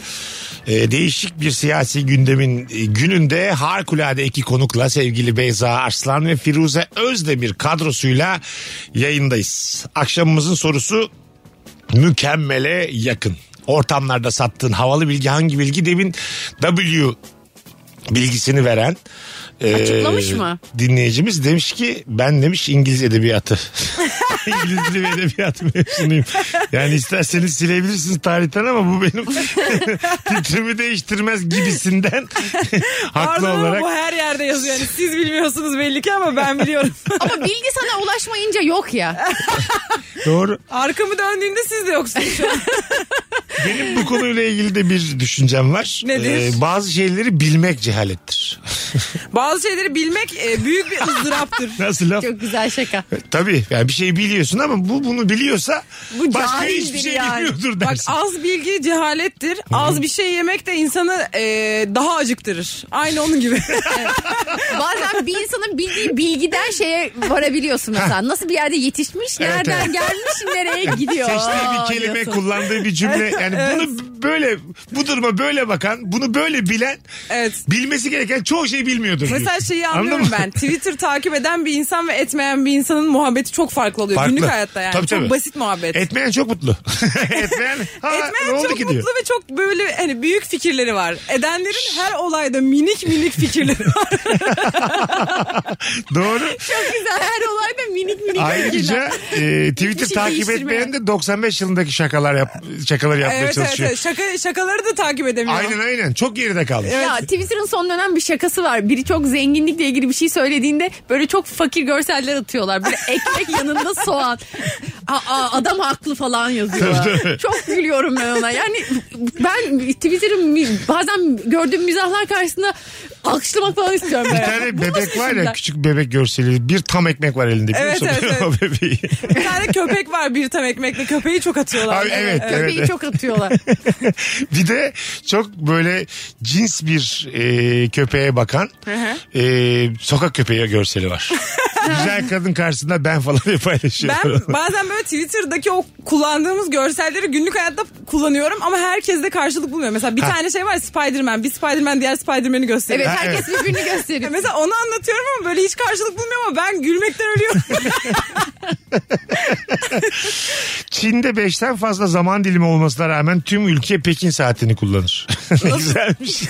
S1: e, değişik bir siyasi gündemin e, gününde harikulade iki konukla sevgili Beyza Arslan ve Firuze Özdemir kadrosuyla yayındayız. Akşamımızın sorusu mükemmele yakın. Ortamlarda sattığın havalı bilgi hangi bilgi? Demin W bilgisini veren Ee,
S2: Açıklamış mı?
S1: Dinleyicimiz demiş ki ben demiş İngiliz edebiyatı. İngiliz dili ve edebiyatı mezunuyum. Yani isterseniz silebilirsiniz tarihten ama bu benim fikrimi değiştirmez gibisinden haklı
S3: Pardon ama
S1: olarak.
S3: bu her yerde yazıyor. Yani siz bilmiyorsunuz belli ki ama ben biliyorum.
S2: Ama bilgi sana ulaşmayınca yok ya.
S1: Doğru.
S3: Arkamı döndüğümde siz de yoksunuz şu an.
S1: Benim bu konuyla ilgili de bir düşüncem var. Ee,
S3: Nedir?
S1: bazı şeyleri bilmek cehalettir.
S3: Bazı şeyleri bilmek e, büyük bir ızdıraptır.
S1: Nasıl laf? E,
S2: Çok güzel şaka.
S1: Tabii yani bir şey biliyorsun ama bu bunu biliyorsa
S2: Bu
S1: başka
S2: cahildir
S1: hiçbir şey
S2: yani.
S1: bilmiyordur
S3: Bak
S1: dersin.
S3: az bilgi cehalettir. Az bir şey yemek de insanı e, daha acıktırır. Aynı onun gibi.
S2: Bazen bir insanın bildiği bilgiden şeye varabiliyorsun mesela. Nasıl bir yerde yetişmiş,
S1: Evet,
S2: nereden
S1: evet.
S2: gelmiş, nereye gidiyor.
S1: Seçtiği
S2: Aa,
S1: bir kelime,
S2: diyorsun.
S1: kullandığı bir cümle. Yani bunu böyle bu duruma böyle bakan, bunu böyle bilen
S3: Evet.
S1: bilmesi gereken çoğu şey bilmiyordur. diyor.
S3: Mesela şeyi
S1: Anladın
S3: anlıyorum
S1: mı?
S3: ben. Twitter takip eden bir insan ve etmeyen bir insanın muhabbeti çok farklı oluyor.
S1: Farklı.
S3: Günlük hayatta yani.
S1: Tabii,
S3: çok
S1: tabii.
S3: basit muhabbet.
S1: Etmeyen çok mutlu. Etmeyen, ha, ne
S3: Etmeyen
S1: oldu
S3: çok
S1: ki
S3: mutlu
S1: diyor.
S3: ve çok böyle hani büyük fikirleri var. Edenlerin her olayda minik minik fikirleri var.
S1: Doğru.
S3: Şey
S2: Çok güzel. Her olayda minik minik.
S1: Ayrıca e, Twitter
S2: Hiçbir şey
S1: takip
S2: değiştirmeye.
S1: etmeyen de 95 yılındaki şakalar yap, şakaları yapmaya
S3: evet evet,
S1: çalışıyor.
S3: evet. Şaka, şakaları da takip edemiyor.
S1: Aynen aynen. Çok geride kaldı.
S2: Ya Twitter'ın son dönem bir şakası var. Biri çok zenginlikle ilgili bir şey söylediğinde böyle çok fakir görseller atıyorlar. Böyle ekmek yanında soğan. Aa, adam haklı falan
S1: Tabii, tabii.
S2: yazıyorlar. çok gülüyorum ben ona. Yani ben Twitter'ın mi- bazen gördüğüm mizahlar karşısında alkışlamak falan istiyorum.
S1: Bir
S2: böyle.
S1: tane
S2: Bu
S1: bebek
S2: nasıl
S1: var ya
S2: işler?
S1: küçük bebek görseli bir tam ekmek var elinde. biliyor
S3: Evet,
S1: musun?
S3: evet,
S1: o bebeği.
S3: Bir tane köpek var bir tam ekmekle. Köpeği çok atıyorlar.
S1: Abi, evet, evet.
S2: Köpeği çok atıyorlar.
S1: bir de çok böyle cins bir e, köpeğe bakan e, sokak köpeği görseli var. Güzel kadın karşısında ben falan diye paylaşıyor.
S3: Ben bazen böyle Twitter'daki o kullandığımız görselleri günlük hayatta kullanıyorum ama herkes de karşılık bulmuyor. Mesela bir tane şey var ya, Spider-Man. Bir Spider-Man diğer Spider-Man'i gösteriyor.
S2: Evet
S1: Ha,
S2: herkes birbirini gösteriyor.
S3: Mesela onu anlatıyorum ama böyle hiç karşılık bulmuyor ama ben gülmekten ölüyorum.
S1: Çin'de 5'ten fazla zaman dilimi olmasına rağmen tüm ülke Pekin saatini kullanır. ne güzelmiş.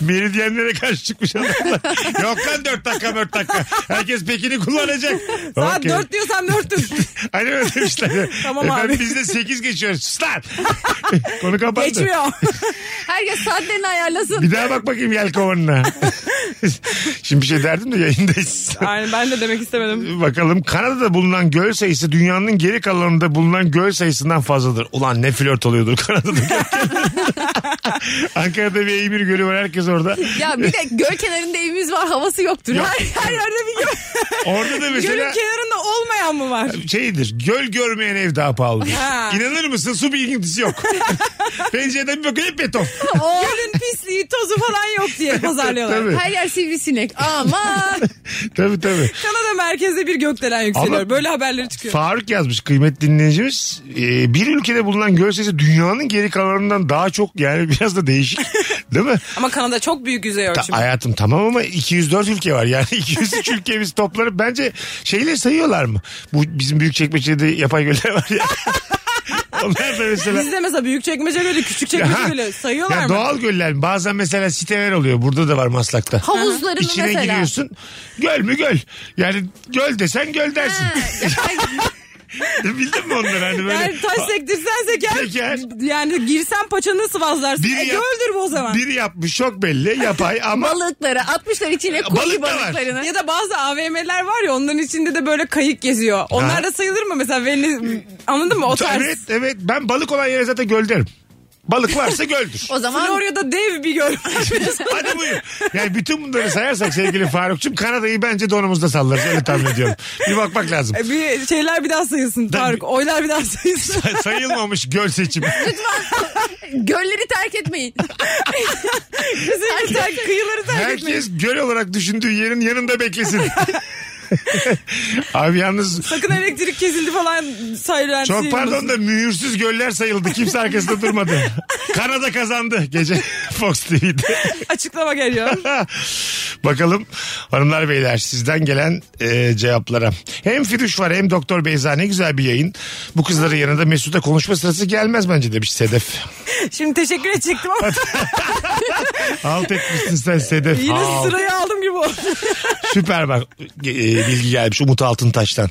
S1: Meridyenlere karşı çıkmış adamlar. Yok lan 4 dakika 4 dakika. Herkes Pekin'i kullanacak.
S3: Saat
S1: Okey.
S3: dört diyorsan dörttür.
S1: Hani öyle demişler.
S3: Tamam
S1: Efendim
S3: abi.
S1: biz de 8 geçiyoruz. Sus lan. Konu kapandı.
S3: Geçmiyor.
S2: Herkes saatlerini ayarlasın.
S1: Bir daha bak bakayım yelkovanına. Şimdi bir şey derdim de yayındayız.
S3: Aynen ben de demek istemedim.
S1: Bakalım Kanada'da bulunan göl sayısı dünyanın geri kalanında bulunan göl sayısından fazladır. Ulan ne flört oluyordur Kanada'da. Ankara'da bir Eymir Gölü var herkes orada.
S2: Ya bir de göl kenarında evimiz var havası yoktur.
S1: Yok.
S2: Her, her yerde bir göl.
S1: Orada da mesela
S3: Gölün kenarında olmayan mı var?
S1: şeydir göl görmeyen ev daha pahalıdır.
S3: Ha.
S1: İnanır mısın su bilgintisi yok. Pencereden bir bakıyor hep beton.
S3: Gölün pisliği, tozu falan yok diye pazarlıyorlar.
S1: Tabii.
S2: Her yer sivrisinek. Aman.
S1: Tabii tabii.
S3: Kanada merkezde bir gökdelen yükseliyor.
S1: Ama-
S3: Böyle haberleri çıkıyor.
S1: Faruk yazmış kıymetli dinleyicimiz. Ee, bir ülkede bulunan göl sayısı dünyanın geri kalanından daha çok yani biraz da değişik. Değil mi?
S3: Ama Kanada çok büyük yüzey
S1: Ta-
S3: ölçümü.
S1: hayatım tamam ama 204 ülke var yani 203 ülke biz toplanıp bence şeyle sayıyorlar mı? Bu bizim büyük çekmecede yapay göller var ya. Onlar da mesela
S3: Bizde mesela büyük çekmece böyle küçük çekmece
S1: Ha.
S3: böyle sayıyorlar
S1: ya
S3: mı?
S1: doğal göller bazen mesela siteler oluyor burada da var Maslak'ta.
S2: Havuzlarını
S1: İçine
S2: mesela.
S1: giriyorsun göl mü göl yani göl desen göl dersin. Bildin mi onları hani böyle?
S3: Yani taş sektirsen seker.
S1: Seker.
S3: Yani girsen paçanı sıvazlarsın.
S1: Biri
S3: E,
S1: yap-
S3: göldür bu o zaman.
S1: Biri yapmış çok belli yapay ama
S2: Balıkları atmışlar içine
S1: Balık da
S2: kuyu
S1: var.
S2: balıklarını.
S3: Ya da bazı AVM'ler var ya onların içinde de böyle kayık geziyor. Onlar
S1: Ha.
S3: da sayılır mı mesela? Veniz, anladın mı? O tarz.
S1: evet evet ben balık olan yere zaten göl derim. Balık varsa göldür.
S2: O zaman
S3: Florya'da dev bir göl.
S1: Hadi buyur. Yani bütün bunları sayarsak sevgili Farukçum Kanada'yı bence donumuzda sallarız öyle tahmin ediyorum. Bir bakmak lazım.
S3: E, bir şeyler bir daha sayılsın Tarık. Oylar bir daha sayılsın.
S1: Sayılmamış göl seçimi.
S2: gölleri terk etmeyin.
S3: Kızı terk, kıyıları terk etmeyin.
S1: Herkes göl olarak düşündüğü yerin yanında beklesin. Abi yalnız
S3: Sakın elektrik kesildi falan sayılan
S1: çok pardon da mühürsüz göller sayıldı. Kimse arkasında durmadı. Kanada kazandı gece Fox TV'de.
S3: Açıklama geliyor.
S1: Bakalım hanımlar beyler sizden gelen e, cevaplara. Hem Firuş var hem Doktor Beyza ne güzel bir yayın. Bu kızların yanında Mesut'a konuşma sırası gelmez bence demiş Sedef.
S3: Şimdi teşekkür edecektim ama
S1: Alt etmişsin sen Sedef.
S3: yine
S1: Alt.
S3: sırayı aldım gibi bu.
S1: Süper bak e, bilgi gelmiş Umut Altıntaş'tan.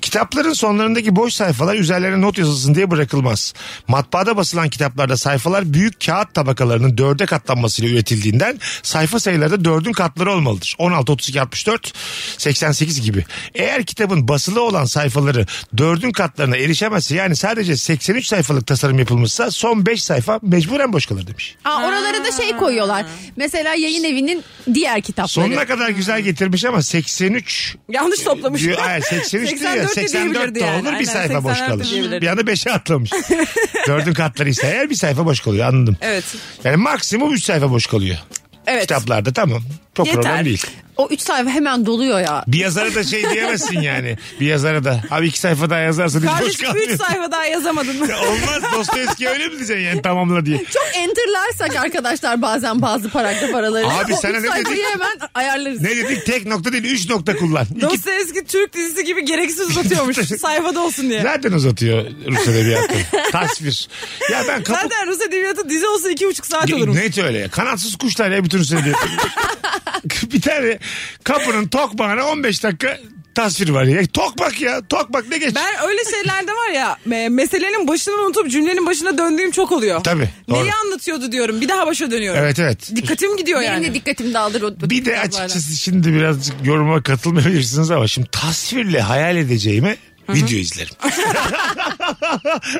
S1: Kitapların sonlarındaki boş sayfalar üzerlerine not yazılsın diye bırakılmaz. Matbaada basılan kitaplarda sayfalar büyük kağıt tabakalarının dörde katlanmasıyla üretildiğinden sayfa sayıları da dördün katları olmalıdır. 16, 32, 64, 88 gibi. Eğer kitabın basılı olan sayfaları dördün katlarına erişemezse yani sadece 83 sayfalık tasarım yapılmışsa son 5 sayfa mecburen boş kalır demiş.
S2: Aa, oralara da şey koyuyorlar. Mesela yayın evinin diğer kitapları.
S1: Sonuna kadar güzel getirmiş ama 83
S3: Yanlış toplamış.
S1: Diyor, hayır, 83 diyor ya 84 de olur bir sayfa boş kalır. Bir anda 5'e atlamış. Dördün katları ise eğer bir sayfa boş kalıyor anladım.
S3: Evet.
S1: Yani maksimum 3 sayfa boş kalıyor.
S3: Evet.
S1: Kitaplarda tamam. Çok
S3: Yeter.
S1: problem değil.
S2: O üç sayfa hemen doluyor ya.
S1: Bir yazara da şey diyemezsin yani. Bir yazara da. Abi iki sayfa daha yazarsan hiç boş
S3: Kardeşim 3
S1: kalmıyor.
S3: sayfa daha yazamadın mı?
S1: Olmaz Dostoyevski öyle mi diyeceksin yani tamamla diye.
S2: Çok enterlarsak arkadaşlar bazen bazı paragraf araları.
S1: Abi
S2: o
S1: sana
S2: üç
S1: ne
S2: sayfayı
S1: dedik?
S2: hemen ayarlarız.
S1: Ne dedik tek nokta değil 3 nokta kullan. İki
S3: eski Türk dizisi gibi gereksiz uzatıyormuş. sayfada olsun diye.
S1: Zaten uzatıyor Rus edebiyatı. Tasvir. Ya ben kapı
S3: Zaten Rus edebiyatı dizi olsa iki buçuk saat olurmuş.
S1: Net öyle ya. Kanatsız kuşlar ya bütün söylüyor. bir tane kapının tokmağına 15 dakika tasvir var ya. Tokmak ya. Tokmak ne geç?
S3: Ben öyle şeylerde var ya me- meselenin başını unutup cümlenin başına döndüğüm çok oluyor.
S1: Tabii, doğru.
S3: Neyi anlatıyordu diyorum bir daha başa dönüyorum.
S1: Evet evet.
S3: Dikkatim gidiyor
S2: Benim
S3: yani.
S2: de dikkatim dağılır. O,
S1: Bir de açıkçası şimdi birazcık yoruma katılmayabilirsiniz ama şimdi tasvirle hayal edeceğime video izlerim.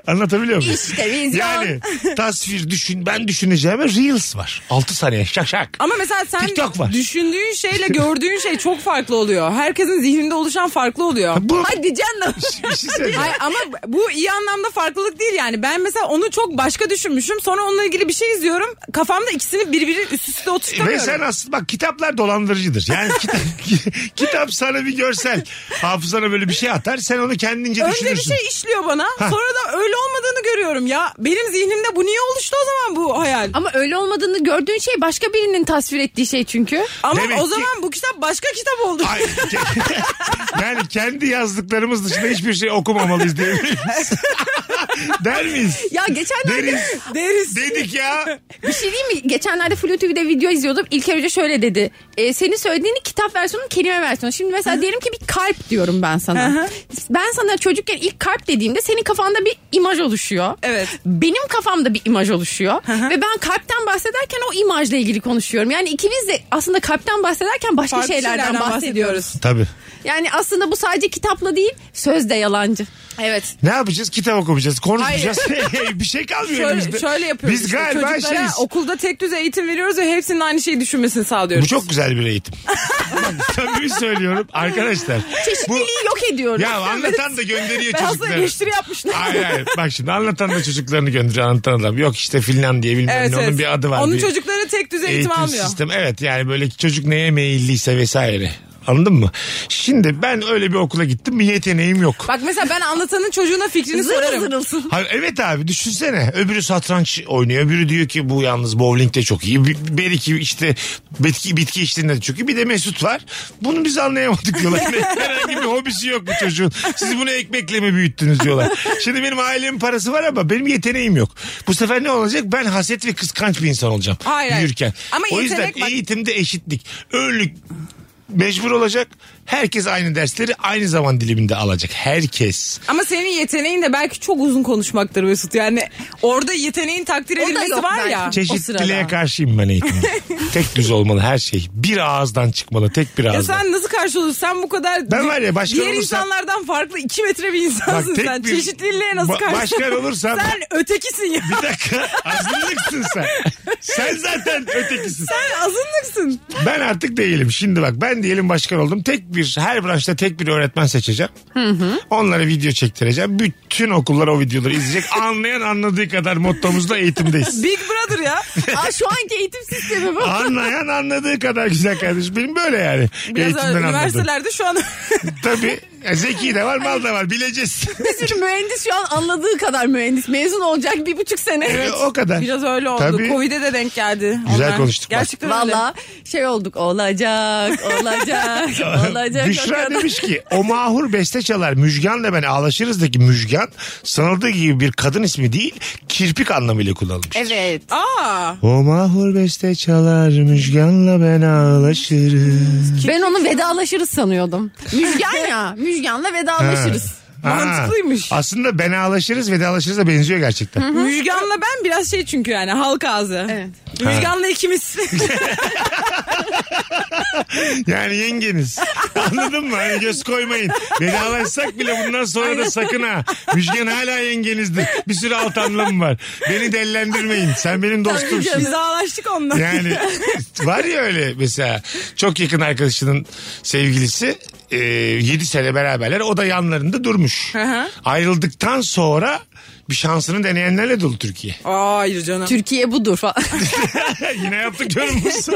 S1: Anlatabiliyor muyum?
S2: İşte vizyon.
S1: Yani tasvir düşün ben düşüneceğime reels var. 6 saniye şak şak.
S3: Ama mesela sen
S1: TikTok var.
S3: düşündüğün şeyle gördüğün şey çok farklı oluyor. Herkesin zihninde oluşan farklı oluyor.
S1: Bu
S2: Hadi canım.
S1: bir şey söyleyeceğim.
S3: Ay, ama bu iyi anlamda farklılık değil yani. Ben mesela onu çok başka düşünmüşüm. Sonra onunla ilgili bir şey izliyorum. Kafamda ikisini birbiri üst üste
S1: Ve
S3: oturtamıyorum.
S1: sen aslında bak kitaplar dolandırıcıdır. Yani kitap, kitap sana bir görsel hafızana böyle bir şey atar. Sen onu kendince
S3: Önce bir
S1: düşünürsün.
S3: şey işliyor bana. Sonra da öyle olmadığını görüyorum ya. Benim zihnimde bu niye oluştu o zaman bu hayal?
S2: Ama öyle olmadığını gördüğün şey başka birinin tasvir ettiği şey çünkü.
S3: Ama
S1: Demek
S3: o
S1: ki-
S3: zaman bu kitap başka kitap oldu.
S1: Ay, ke- yani kendi yazdıklarımız dışında hiçbir şey okumamalıyız diyebilir miyiz? Der miyiz?
S2: Ya geçenlerde
S1: Deriz.
S3: Deriz.
S1: Dedik ya.
S2: bir şey diyeyim mi? Geçenlerde Flu TV'de video izliyordum. İlker Hoca şöyle dedi. E, senin söylediğini kitap versiyonu kelime versiyonu. Şimdi mesela diyelim ki bir kalp diyorum ben sana. ben sana çocukken ilk kalp dediğimde senin kafanda bir imaj oluşuyor.
S3: Evet.
S2: Benim kafamda bir imaj oluşuyor. Ve ben kalpten bahsederken o imajla ilgili konuşuyorum. Yani ikimiz de aslında kalpten bahsederken başka
S3: Farklı
S2: şeylerden,
S3: şeylerden
S2: bahsediyoruz.
S3: bahsediyoruz.
S1: Tabii.
S2: Yani aslında bu sadece kitapla değil söz de yalancı. Evet.
S1: Ne yapacağız? Kitap okuyacağız, konuşacağız. bir şey kalmıyor
S3: Şöyle,
S1: elimizde.
S3: şöyle yapıyoruz.
S1: Biz
S3: işte.
S1: galiba
S3: Çocuklara
S1: şeyiz.
S3: okulda tek düz eğitim veriyoruz ve hepsinin aynı şeyi düşünmesini
S1: Bu
S3: sağlıyoruz.
S1: çok güzel bir eğitim. Bak, Samimi söylüyorum arkadaşlar. Bu-
S2: Çeşitliliği yok ediyoruz.
S1: Ya anlatan da gönderiyor
S3: Ben aslında
S1: çocukları.
S3: eleştiri yapmışlar.
S1: Hayır hayır. Bak şimdi anlatan da çocuklarını gönderiyor anlatan adam. Yok işte Finlandiya bilmem
S3: Evet,
S1: ne onun
S3: evet.
S1: bir adı var.
S3: Onun
S1: bir
S3: çocukları tek düz eğitim, almıyor.
S1: sistemi. Evet yani böyle çocuk neye meyilliyse vesaire. Anladın mı? Şimdi ben öyle bir okula gittim bir yeteneğim yok.
S3: Bak mesela ben anlatanın çocuğuna fikrini sorarım.
S1: Hayır, evet abi düşünsene öbürü satranç oynuyor öbürü diyor ki bu yalnız bowlingde çok iyi. Bir- Belki işte bitki, bitki işlerinde de çok iyi. Bir de Mesut var. Bunu biz anlayamadık diyorlar. Ne- Herhangi bir hobisi yok bu çocuğun. Siz bunu ekmekle mi büyüttünüz diyorlar. Şimdi benim ailemin parası var ama benim yeteneğim yok. Bu sefer ne olacak? Ben haset ve kıskanç bir insan olacağım.
S3: Hayır, hayır.
S1: Büyürken.
S3: Ama
S1: o
S3: yetenek
S1: yüzden
S3: bak-
S1: eğitimde eşitlik. Önlük mecbur olacak. Herkes aynı dersleri aynı zaman diliminde alacak. Herkes.
S3: Ama senin yeteneğin de belki çok uzun konuşmaktır Mesut. Yani orada yeteneğin takdir
S2: da
S3: edilmesi
S2: yok
S3: var
S2: belki.
S3: ya.
S2: Çe-
S1: Çeşitliliğe
S2: sırada.
S1: karşıyım ben eğitimde. tek düz olmalı her şey. Bir ağızdan çıkmalı tek bir
S3: Ya
S1: ağızdan.
S3: sen nasıl karşı olursun? Sen bu kadar
S1: Ben var ya başkan
S3: diğer
S1: olursam-
S3: insanlardan farklı 2 metre bir insansın
S1: tek
S3: sen.
S1: bir-
S3: Çeşitliliğe nasıl
S1: Ba-
S3: karşı
S1: başkan olursam-
S3: Sen ötekisin ya.
S1: Bir dakika azınlıksın sen. sen zaten ötekisin.
S3: Sen azınlıksın.
S1: Ben artık değilim. Şimdi bak ben diyelim başkan oldum. Tek bir her branşta tek bir öğretmen seçeceğim. Onlara video çektireceğim. Bütün okullar o videoları izleyecek. Anlayan anladığı kadar mottomuzla eğitimdeyiz.
S3: Big Brother ya.
S2: Aa, şu anki eğitim sistemi bu.
S1: Anlayan anladığı kadar güzel kardeşim. Benim böyle yani.
S3: Biraz
S1: Eğitimden
S3: öyle
S1: anladım.
S3: üniversitelerde şu an
S1: Tabii. E, Zeki de var mal da var. Bileceğiz.
S2: Bir sürü mühendis şu an anladığı kadar mühendis. Mezun olacak bir buçuk sene.
S1: o kadar.
S3: hani biraz öyle oldu.
S1: Tabii.
S3: Covid'e de denk geldi.
S1: Güzel
S3: Onlar-
S1: konuştuk bak.
S3: Gerçekten öyle.
S2: Valla şey olduk olacak olacak olacak.
S1: Büşra
S2: olacak.
S1: demiş ki o mahur beste çalar Müjgan'la ben ağlaşırızdaki Müjgan Amerika'dan sanıldığı gibi bir kadın ismi değil kirpik anlamıyla kullanılmış.
S2: Evet.
S3: Aa.
S1: O mahur beste çalar müjganla ben ağlaşırım.
S2: Ben onu vedalaşırız sanıyordum. Müjgan ya. Müjganla vedalaşırız.
S3: Mantıklıymış.
S1: Ha, aslında ben ağlaşırız vedalaşırız da benziyor gerçekten.
S3: Müjgan'la ben biraz şey çünkü yani halk ağzı.
S2: Evet.
S3: Müjgan'la ikimiz.
S1: Yani yengeniz. Anladın mı? Hani göz koymayın. Vedalaşsak bile bundan sonra da sakın ha. Müjgan hala yengenizdir. Bir sürü alt anlamı var. Beni dellendirmeyin. Sen benim dostumsun.
S3: Biz ağlaştık ondan.
S1: Yani var ya öyle mesela çok yakın arkadaşının sevgilisi 7 sene beraberler o da yanlarında durmuş.
S3: hı.
S1: Ayrıldıktan sonra bir şansını deneyenlerle dolu Türkiye.
S3: Hayır canım.
S2: Türkiye budur falan.
S1: Yine yaptık görür musun?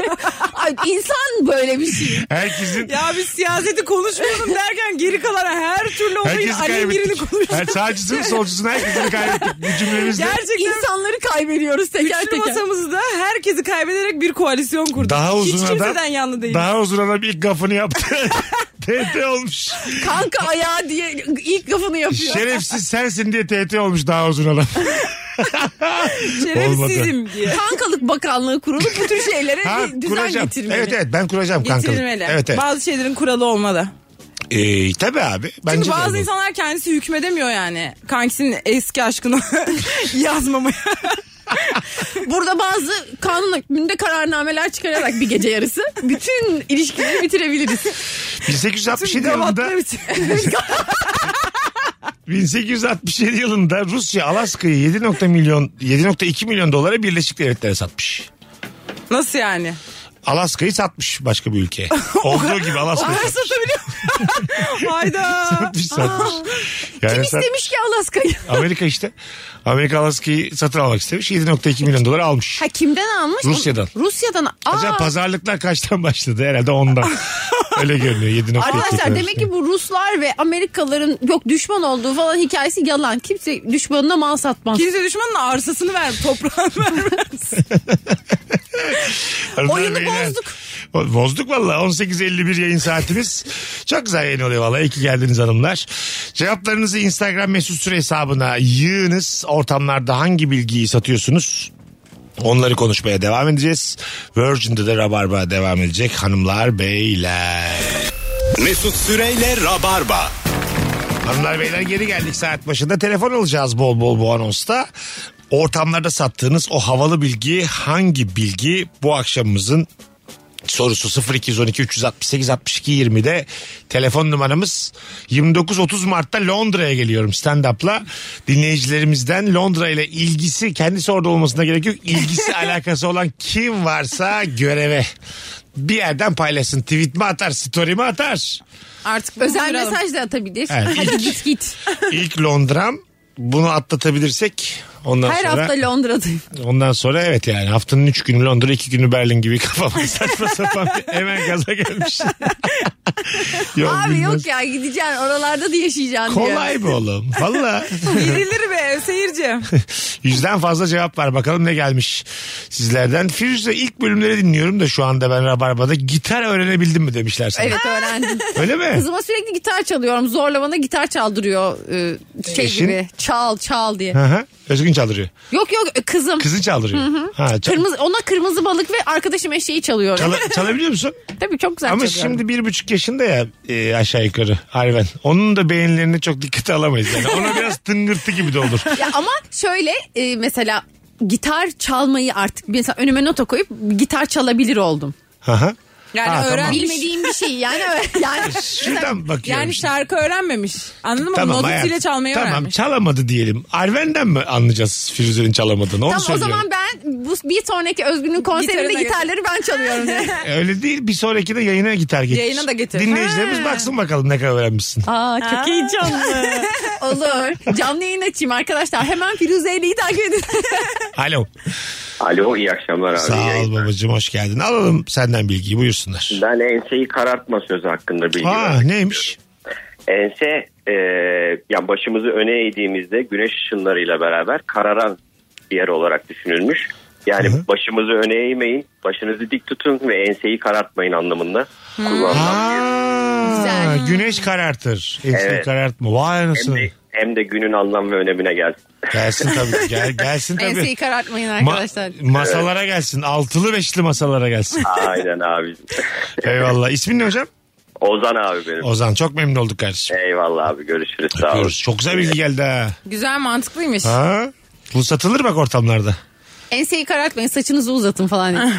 S2: Ay, insan böyle bir şey.
S1: Herkesin
S3: Ya biz siyaseti konuşmayalım derken geri kalan her türlü olayın
S1: herkesi
S3: alemirini
S1: kaybettik.
S3: konuşuyoruz.
S1: Her sağcısını solcusunu herkesini kaybettik bu cümlemizde.
S3: Gerçekten
S2: İnsanları kaybediyoruz teker
S3: Üçlü
S2: teker.
S3: masamızda herkesi kaybederek bir koalisyon kurduk.
S1: Daha uzun
S3: Hiç
S1: adam.
S3: kimseden yanlı değil.
S1: Daha uzun adam ilk gafını yaptı. TT olmuş.
S2: Kanka ayağı diye ilk lafını yapıyor.
S1: Şerefsiz sensin diye TT olmuş daha uzun adam.
S3: Şerefsizim diye.
S2: Kankalık Bakanlığı kurulup bu tür şeylere
S1: Ha,
S2: bir düzen
S1: kuracağım.
S2: getirmeli.
S1: Evet evet ben kuracağım kanka.
S3: Getirilmeli.
S1: Evet evet.
S3: Bazı şeylerin kuralı olmalı.
S1: Ee, tabii abi. Bence
S3: Çünkü
S1: de
S3: bazı
S1: öyle.
S3: insanlar kendisi hükmedemiyor yani. Kankisinin eski aşkını yazmamaya.
S2: Burada bazı kanun hükmünde kararnameler çıkararak bir gece yarısı bütün ilişkileri bitirebiliriz.
S1: 1867 yılında
S3: Devatları bitir-
S1: 1867 yılında Rusya Alaska'yı 7. nokta milyon 7.2 milyon dolara Birleşik Devletler'e satmış.
S3: Nasıl yani?
S1: Alaska'yı satmış başka bir ülkeye. Olduğu gibi
S3: Ay
S1: Alaska'yı satmış.
S3: satabiliyor muyum? Hayda.
S1: satmış, satmış. Yani
S2: Kim
S1: sat-
S2: istemiş ki Alaska'yı?
S1: Amerika işte. Amerika Alaska'yı satın almak istemiş. 7.2 milyon dolara almış.
S2: Ha kimden almış?
S1: Rusya'dan.
S2: Rusya'dan. Aa,
S1: Acaba pazarlıklar kaçtan başladı? Herhalde ondan. Öyle görünüyor 7.2
S2: Arkadaşlar
S1: kadar.
S2: demek ki bu Ruslar ve Amerikalıların yok düşman olduğu falan hikayesi yalan. Kimse düşmanına mal satmaz.
S3: Kimse düşmanın arsasını ver, toprağını vermez.
S1: Hanımlar,
S2: Oyunu
S1: beyler.
S2: bozduk.
S1: O- Bozduk valla. 18.51 yayın saatimiz. Çok güzel yayın oluyor valla. İyi ki geldiniz hanımlar. Cevaplarınızı Instagram mesut süre hesabına yığınız. Ortamlarda hangi bilgiyi satıyorsunuz? Onları konuşmaya devam edeceğiz. Virgin'de de Rabarba devam edecek hanımlar beyler.
S6: Mesut Süreyle Rabarba.
S1: Hanımlar beyler geri geldik saat başında. Telefon alacağız bol bol bu anonsta. Ortamlarda sattığınız o havalı bilgi hangi bilgi bu akşamımızın sorusu 0212 368 62 20'de telefon numaramız 29-30 Mart'ta Londra'ya geliyorum stand-up'la. Dinleyicilerimizden Londra ile ilgisi kendisi orada olmasına gerek yok. İlgisi alakası olan kim varsa göreve bir yerden paylaşsın. Tweet mi atar, story mi atar?
S3: Artık
S2: Özel
S3: duyuralım.
S2: mesaj da atabilir.
S1: Evet,
S2: Hadi
S1: ilk-
S2: git git.
S1: İlk Londra'm bunu atlatabilirsek ondan
S2: Her
S1: sonra
S2: hafta Londra'dayım.
S1: ondan sonra evet yani haftanın 3 günü Londra 2 günü Berlin gibi kafama saçma sapan bir- hemen gaza gelmiş. Yol
S2: Abi
S1: bilmez.
S2: yok ya gideceksin oralarda da yaşayacaksın diyor.
S1: Kolay bu oğlum. Valla.
S3: Girilir be seyirci.
S1: Yüzden fazla cevap var. Bakalım ne gelmiş sizlerden. Firuze ilk bölümleri dinliyorum da şu anda ben Rabarba'da gitar öğrenebildim mi demişler sana.
S2: Evet öğrendim.
S1: Öyle mi?
S2: Kızıma sürekli gitar çalıyorum. Zorla bana gitar çaldırıyor e, şey
S1: Eşin?
S2: gibi. Çal çal diye.
S1: Hı hı. Özgün çaldırıyor.
S2: Yok yok e, kızım.
S1: Kızı çaldırıyor. Ha, çal-
S2: Kırmızı, ona kırmızı balık ve arkadaşım eşeği çalıyorum.
S1: çala- çalabiliyor musun?
S2: Tabii çok güzel
S1: Ama
S2: çalıyorum.
S1: şimdi bir buçuk yaşında ya e, aşağı yukarı Arven. Onun da beğenilerini çok dikkate alamayız. Yani. Ona biraz tıngırtı gibi de olur.
S2: Ya ama şöyle e, mesela gitar çalmayı artık mesela önüme nota koyup gitar çalabilir oldum.
S1: Aha.
S3: Yani
S1: Ha,
S3: öğren-
S1: tamam.
S2: Bilmediğim bir şey yani ö- yani
S1: Şuradan bakıyorum.
S3: Yani
S1: işte.
S3: şarkı öğrenmemiş. Anladın mı? Notuyla
S1: hayat.
S3: çalmayı
S1: şey. tamam,
S3: öğrenmiş.
S1: çalamadı diyelim. Arven'den mi anlayacağız Firuze'nin çalamadığını? Onu
S2: tam o
S1: söylüyorum.
S2: zaman ben bu bir sonraki Özgün'ün konserinde
S3: Gitarına-
S2: gitarları ben çalıyorum. diye.
S1: Öyle değil bir sonraki de yayına gitar getir.
S3: Yayına da getir.
S1: Dinleyicilerimiz
S3: Ha.
S1: baksın bakalım ne kadar öğrenmişsin.
S2: Aa çok heyecanlı. Olur. Canlı yayın açayım arkadaşlar. Hemen Firuze ile takip edin.
S1: Alo.
S7: Alo iyi akşamlar abi.
S1: Sağ ol
S7: Yayınlar.
S1: babacığım hoş geldin. Alalım senden bilgiyi buyursunlar.
S7: Ben enseyi karartma sözü hakkında bilgi
S1: Aa
S7: vermek
S1: neymiş?
S7: Ense e, yani başımızı öne eğdiğimizde güneş ışınlarıyla beraber kararan bir yer olarak düşünülmüş. Yani başımızı öne eğmeyin, başınızı dik tutun ve enseyi karartmayın anlamında kullanılan.
S1: Aa,
S2: Güzel.
S1: güneş karartır. Enseyi
S7: Evet.
S1: karartma. Vay
S7: Hem
S1: nasıl?
S7: de, hem de günün anlam ve önemine gelsin.
S1: Gelsin tabii. Gel, gelsin tabii.
S2: Enseyi karartmayın
S1: Ma-
S2: arkadaşlar.
S1: masalara gelsin. Altılı beşli masalara gelsin.
S7: Aynen abi.
S1: Eyvallah. İsmin ne hocam?
S7: Ozan abi benim.
S1: Ozan çok memnun olduk kardeşim.
S7: Eyvallah abi görüşürüz sağ olun.
S1: Öpüyoruz. Çok güzel bilgi geldi ha.
S3: Güzel mantıklıymış.
S1: ha. Bu satılır bak ortamlarda.
S2: Enseyi karartmayın saçınızı uzatın falan. diye.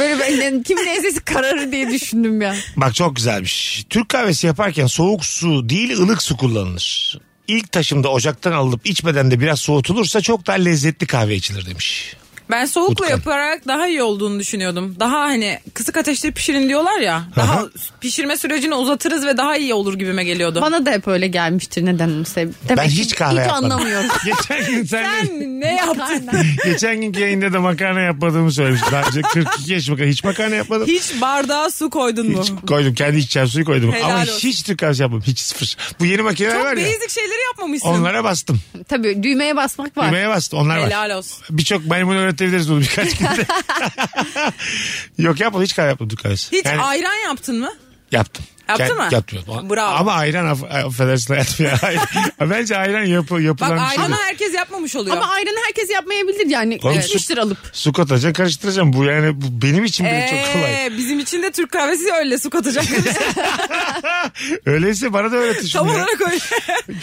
S2: Böyle ben kimin ensesi kararır diye düşündüm ya.
S1: Bak çok güzelmiş. Türk kahvesi yaparken soğuk su değil ılık su kullanılır. İlk taşımda ocaktan alınıp içmeden de biraz soğutulursa çok daha lezzetli kahve içilir demiş.
S3: Ben soğukla
S1: Utkan.
S3: yaparak daha iyi olduğunu düşünüyordum. Daha hani kısık ateşte pişirin diyorlar ya. Daha
S1: Aha.
S3: pişirme sürecini uzatırız ve daha iyi olur gibime geliyordu.
S2: Bana da hep öyle gelmiştir nedense. Demek
S1: Ben
S2: ki
S1: hiç kahve
S2: ilk
S1: yapmadım.
S2: anlamıyorum.
S1: Geçen gün sen
S3: Sen ne yaptın?
S1: geçen günkü yayında da makarna yapmadığımı söylemiştim. Daha önce 42 yaşıma kadar hiç makarna yapmadım.
S3: Hiç bardağa su koydun mu?
S1: Hiç koydum kendi içeceğim suyu koydum
S3: Helal
S1: ama
S3: olsun.
S1: hiç Türk kahvesi yapmadım hiç sıfır. Bu yeni makineler
S3: Çok
S1: var ya
S3: basic şeyleri yapmamışsın.
S1: onlara bastım.
S2: Tabii düğmeye basmak var.
S1: Düğmeye bastım onlar var.
S3: Helal olsun.
S1: Birçok maymun öğretebiliriz bunu birkaç günde. Yok yapmadım hiç kahve yapmadım Türk kahvesi.
S3: Hiç
S1: Yani
S3: ayran yaptın mı?
S1: yaptım.
S3: Yaptı
S1: Kend-
S3: mı?
S1: Yaptım. yaptım.
S3: Bravo.
S1: Ama ayran aff- affedersin hayatım ya. Bence ayran yapı,
S3: Bak
S1: yapılan bir şey.
S3: ayranı
S1: değil.
S3: herkes yapmamış oluyor.
S2: Ama ayranı herkes yapmayabilir yani.
S1: Oğlum,
S2: Evet.
S1: su-
S2: Üçtür alıp.
S1: Su katacaksın karıştıracaksın. Bu yani bu benim için bile çok kolay.
S3: Ee, bizim için de Türk kahvesi öyle su katacak.
S1: Öyleyse bana da öğretin şunu
S3: Tam
S1: ya.
S3: olarak öyle.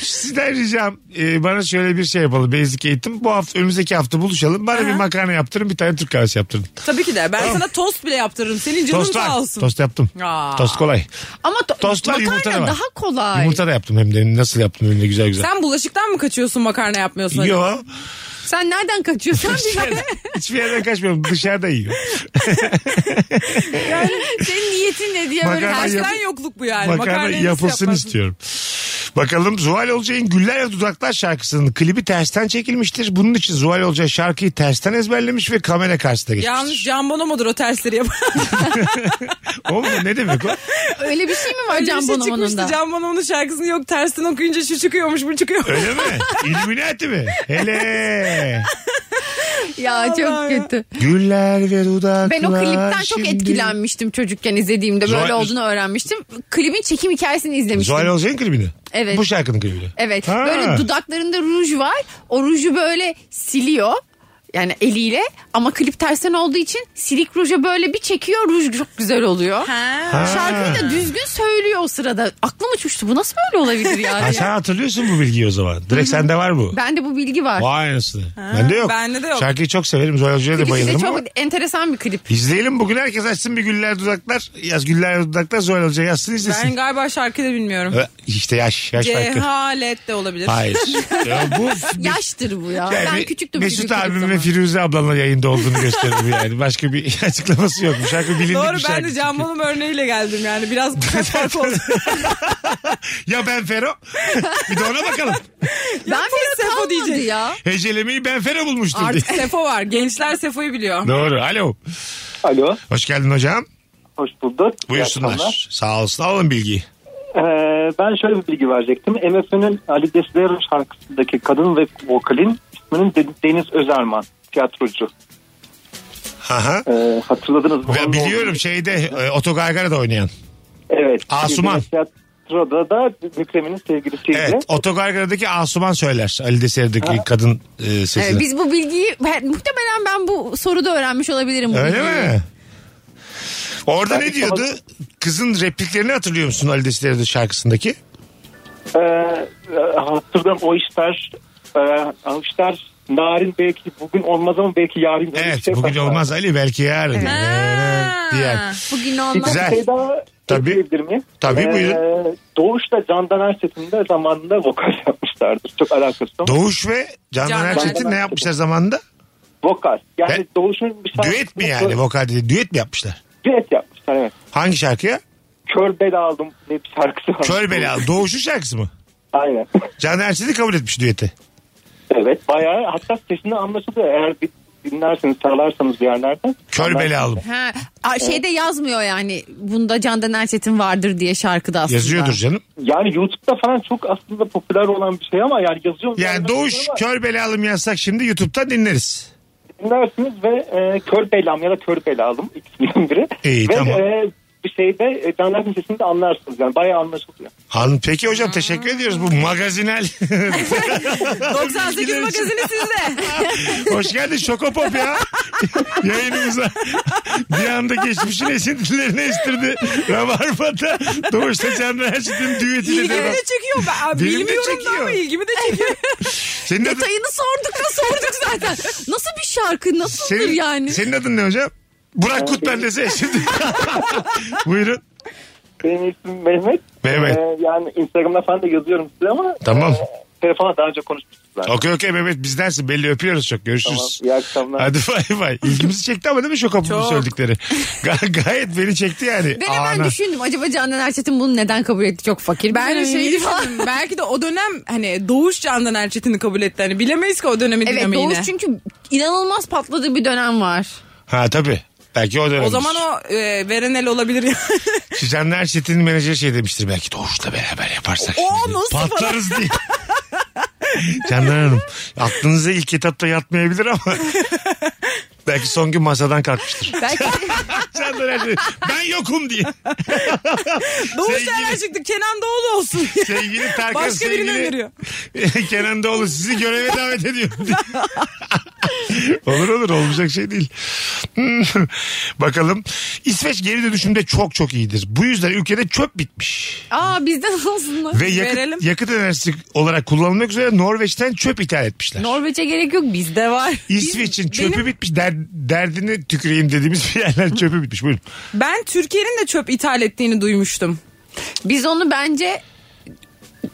S1: Sizden ricam e, bana şöyle bir şey yapalım. Basic eğitim. Bu hafta önümüzdeki hafta buluşalım. Bana bir makarna yaptırın bir tane Türk kahvesi yaptırın.
S3: Tabii ki de. Ben sana tost bile yaptırırım. Senin canın
S1: Tost
S3: sağ
S1: var.
S3: olsun.
S1: Tost yaptım.
S3: Aa.
S1: Tost kolay.
S2: Ama to-
S1: Tostlar, yumurta da var.
S2: makarna daha kolay.
S1: Yumurta da yaptım hem de nasıl yaptım hem de güzel güzel.
S3: Sen bulaşıktan mı kaçıyorsun makarna yapmıyorsun? acaba?
S1: Yo.
S2: Sen nereden kaçıyorsun?
S1: Hiçbir yerden, hiçbir yerden kaçmıyorum. Dışarıda yiyor.
S2: Senin niyetin ne diye böyle
S1: Makarna
S2: her şey-
S1: yap-
S3: Tersten yokluk bu yani.
S1: makarna
S3: Makarnayı nasıl
S1: yapılsın
S3: yaparsın?
S1: istiyorum. Bakalım Zuhal Olcay'ın Güller ve Dudaklar şarkısının klibi tersten çekilmiştir. Bunun için Zuhal Olcay şarkıyı tersten ezberlemiş ve kamera karşısına
S3: Yanlış
S1: geçmiştir.
S3: Can Bono mudur o tersleri yapan?
S1: O mu? Ne demek o?
S2: Öyle bir şey mi var
S3: Öyle
S2: Can
S3: bir şey
S2: Bonomo'nun
S3: çıkmıştı.
S2: da?
S3: Can Bonomo'nun şarkısını yok tersten okuyunca şu çıkıyormuş bu çıkıyor.
S1: Öyle mi? İlluminati mi? Hele.
S2: Ya çok
S3: Vallahi ya.
S2: kötü.
S1: Güller ve dudaklar.
S2: Ben o klipten çok
S1: şimdi-
S2: etkilenmiştim çocukken izlediğimde. Böyle
S1: Zuhal-
S2: olduğunu öğrenmiştim. Klibin çekim hikayesini izlemiştim.
S1: Zuhal Olcay'ın klibini.
S2: Evet.
S1: Bu şarkının klibini.
S2: Evet.
S1: Ha.
S2: Böyle dudaklarında ruj var. O ruju böyle siliyor. Yani eliyle ama klip tersten olduğu için silik ruja böyle bir çekiyor ruj çok güzel oluyor.
S3: Ha.
S2: Şarkıyı da düzgün söylüyor o sırada. Aklım uçmuştu bu nasıl böyle olabilir
S1: Ha,
S2: yani.
S1: sen hatırlıyorsun bu bilgiyi o zaman. Direkt sende var bu.
S2: Ben de bu bilgi var.
S1: Vay anasını. Bende yok.
S3: bende de yok.
S1: Şarkıyı çok severim. Zuhal Hoca'ya da
S2: Klibi de
S1: bayılırım
S2: çok
S1: ama.
S2: enteresan bir klip.
S1: İzleyelim bugün herkes açsın bir güller dudaklar. Yaz güller dudaklar Zuhal Hoca yazsın
S3: Ben
S1: izlesin.
S3: galiba şarkıyı da bilmiyorum.
S1: Ö, İşte yaş. Yaş farkı.
S3: Cehalet de olabilir.
S1: Hayır. Ya bu
S2: Yaştır bu ya. Ben
S1: Yani
S2: küçüktüm.
S1: Mesut
S2: çünkü klip
S1: abim ve
S2: zamanı.
S1: Firuze ablanla yayında olduğunu gösterir bu yani. Başka bir açıklaması yok. Bu şarkı bilindik
S3: Doğru
S1: bir şarkı.
S3: ben de Can Bonomo örneğiyle geldim yani. Biraz kaç fark oldu.
S1: Ya ben Fero. bir de ona bakalım.
S2: Ben bir
S3: Sefo
S2: kalmadı
S3: diyecek.
S2: ya.
S1: Hecelemeyi ben Fero bulmuştum
S3: Artık
S1: diye.
S3: Sefo var. Gençler Sefo'yu biliyor.
S1: Doğru. Alo.
S5: Alo,
S1: Hoş geldin hocam.
S5: hoş bulduk. İyi akşamlar.
S1: Buyursunlar. Sağ olsun. Alın bilgiyi.
S5: Ee, ben şöyle bir bilgi verecektim. MFÖ'nün Ali Deslero şarkısındaki kadın ve vokalin isminin De- Deniz Özerman, tiyatrocu.
S1: Aha.
S5: Ee, hatırladınız mı?
S1: Ve
S5: Onun
S1: biliyorum
S5: olduğunu-
S1: şeyde e, Otogargara'da oynayan.
S5: Evet.
S1: Asuman.
S5: Tiyatroda da Mükremin'in sevgilisiydi.
S1: Evet. Otogargara'daki Asuman söyler. Ali Deser'deki kadın e, sesini.
S2: Ee, biz bu bilgiyi ben- muhtemelen ben bu soruda öğrenmiş olabilirim. bu
S1: Öyle
S2: bilgiyi.
S1: mi? Orada
S5: Yani
S1: ne diyordu? Kızın repliklerini hatırlıyor musun Ali Deser'de şarkısındaki?
S5: Ee, hatırladım o işler e, o işler narin belki bugün olmaz ama belki yarın.
S1: Evet. Bugün olmaz Ali belki yarın.
S3: Ha.
S1: Diyen.
S2: Bugün
S5: Bir
S2: olmaz.
S1: Güzel.
S5: şey daha
S1: Tabii.
S5: ekleyebilir miyim? Ee,
S1: Tabii, buyurun.
S5: Doğuş'ta Candan Erçetin'de zamanında vokal yapmışlardır. Çok alakası yok.
S1: Doğuş ve Candan
S3: Candan
S1: Erçetin ne
S5: Erçetin.
S1: yapmışlar zamanında?
S5: vokal. Yani
S1: Ben-
S5: Doğuş'un bir şarkısını...
S1: Düet mi yani vokal dedi? Düet mi yapmışlar?
S5: Düet yapmışlar evet.
S1: Hangi şarkıya?
S5: Kör bela aldım diye bir şarkısı var.
S1: Kör Bela. Doğuş'un şarkısı mı?
S5: Aynen.
S1: Can Erçetin kabul etmiş düeti.
S5: evet bayağı hatta sesinde anlaşılıyor. Eğer bir dinlerseniz sarlarsanız bir yerlerden.
S1: Kör
S5: Ondan-
S1: Bela aldım.
S2: Ha, a- şeyde yazmıyor yani bunda Candan Erçetin vardır diye şarkıda aslında.
S1: Yazıyordur canım.
S5: Yani YouTube'da falan çok aslında popüler olan bir şey ama yani yazıyor.
S1: Yani Doğuş kör belalım yazsak şimdi YouTube'dan dinleriz.
S5: dinlersiniz ve e, kör belam ya da kör belalım ikisinden biri.
S1: İyi,
S5: ve
S1: tamam.
S5: e, bir şeyde e, Canlar Müzesi'nde anlarsınız yani bayağı anlaşılıyor.
S1: Han, peki hocam teşekkür ediyoruz bu magazinel.
S3: 98
S1: Bilgiler için.
S3: magazini sizde.
S1: Hoş geldin Şokopop ya. Yayınımıza bir anda geçmişin esintilerini estirdi. Rabarba'da Doğuş'ta Cemre Erçin'in düetiyle
S3: İlgimi
S1: devam.
S3: de çekiyor. Ben, abi,
S1: Benim de
S3: bilmiyorum da
S1: şey. çekiyor.
S3: ama ilgimi de çekiyor.
S1: Senin adın,
S2: Detayını sorduk da sorduk zaten. Nasıl bir şarkı nasıldır
S1: senin,
S2: yani?
S1: senin adın ne hocam? Burak Kutben dese şimdi. Buyurun.
S5: Benim ismim Mehmet.
S1: Mehmet.
S5: Ee, yani Instagram'da falan da yazıyorum size ama
S1: Tamam.
S5: telefona daha önce konuşmuştuk zaten.
S1: Okey okey Mehmet bizdensin belli öpüyoruz çok
S5: Tamam,
S1: görüşürüz.
S5: iyi akşamlar.
S1: Hadi bay bay. İlgimizi çekti ama değil mi Şokopop'un
S3: Çok.
S1: söyledikleri? Ga- gayet beni çekti yani.
S2: Ben hemen
S1: Ana.
S2: düşündüm. Acaba Canan Erçetin bunu neden kabul etti? Çok fakir.
S3: Ben
S2: Ben
S3: de şey
S2: şey falan.
S3: düşündüm. Belki de o dönem hani Doğuş Candan Erçetin'i kabul etti. Hani bilemeyiz ki o dönemi
S2: Evet
S3: dinamiğini.
S2: Doğuş çünkü inanılmaz patladığı bir dönem var.
S1: Ha tabii. Belki o dönem.
S3: O zaman o e, veren el olabilir ya.
S1: Suzanne Erçetin'in menajeri şey demiştir belki Doğuş'la beraber yaparsak
S3: O
S1: şimdi
S3: nasıl
S1: patlarız diye. Candan Hanım aklınıza ilk etapta yatmayabilir ama belki son gün masadan kalkmıştır.
S2: Belki
S1: Candan Erçetin ben yokum diye.
S3: Doğuş
S1: Sevgili-
S3: Candan çıktı. Kenan Doğulu olsun.
S1: Sevgili Tarkan
S3: Başka birini
S1: sevgili
S3: öneriyor.
S1: Kenan Doğulu sizi göreve davet ediyor. olur olur olmayacak şey değil. Hmm, Bakalım. İsveç geri dönüşümde çok çok iyidir. Bu yüzden ülkede çöp bitmiş.
S2: aa bizden olsunlar.
S1: Ve
S3: Verelim.
S1: yakıt, yakıt enerjisi olarak kullanılmak üzere Norveç'ten çöp ithal etmişler.
S2: Norveç'e gerek yok bizde var.
S1: İsveç'in çöpü
S3: benim-
S1: bitmiş. Der, derdini tüküreyim dediğimiz bir yerler çöpü bitmiş. Buyurun.
S3: Ben Türkiye'nin de çöp ithal ettiğini duymuştum.
S2: Biz onu bence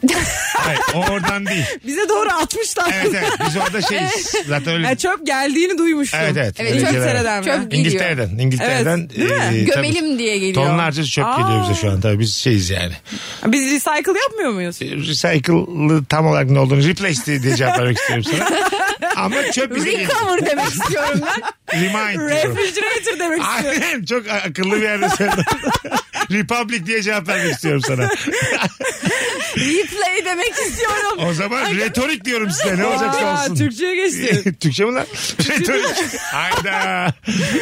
S1: Ee, Hayır o oradan değil.
S3: Bize doğru atmışlar.
S1: Evet evet biz orada şeyiz. Zaten öyle.
S3: Yani çöp geldiğini duymuştum.
S1: Evet evet.
S2: Evet,
S1: Öyle
S3: çöp
S1: şeyler var.
S3: sereden mi?
S2: Çöp geliyor.
S1: İngiltere'den. İngiltere'den. e,
S3: Evet, değil mi?
S1: tabii
S2: gömelim diye geliyor.
S1: Tonlarca çöp geliyor bize şu an. Tabii biz şeyiz yani.
S3: Biz recycle yapmıyor muyuz?
S1: Recycle'lı tam olarak ne olduğunu replace diye, diye cevap vermek istiyorum sana. Ama çöp bize geliyor.
S2: Recover demek istiyorum ben.
S1: Remind. diyorum.
S3: Refrigerator demek istiyorum.
S1: Aynen çok akıllı bir yerde söyledin. Republic diye cevap vermek istiyorum sana.
S2: Replay demek istiyorum.
S1: O zaman retorik diyorum size ne olacaksa
S3: Aa,
S1: olsun.
S3: Türkçe'ye geçti.
S1: Türkçe mi lan? retorik. Hayda.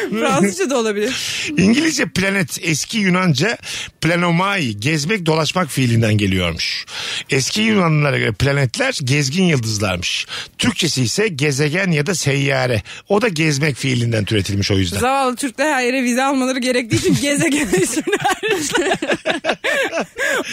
S3: Fransızca da olabilir.
S1: İngilizce planet eski Yunanca planomai gezmek dolaşmak fiilinden geliyormuş. Eski Yunanlılara göre planetler gezgin yıldızlarmış. Türkçesi ise gezegen ya da seyyare. O da gezmek fiilinden türetilmiş o yüzden.
S3: Zavallı Türkler her yere vize almaları gerektiği için gezegen ismini vermişler.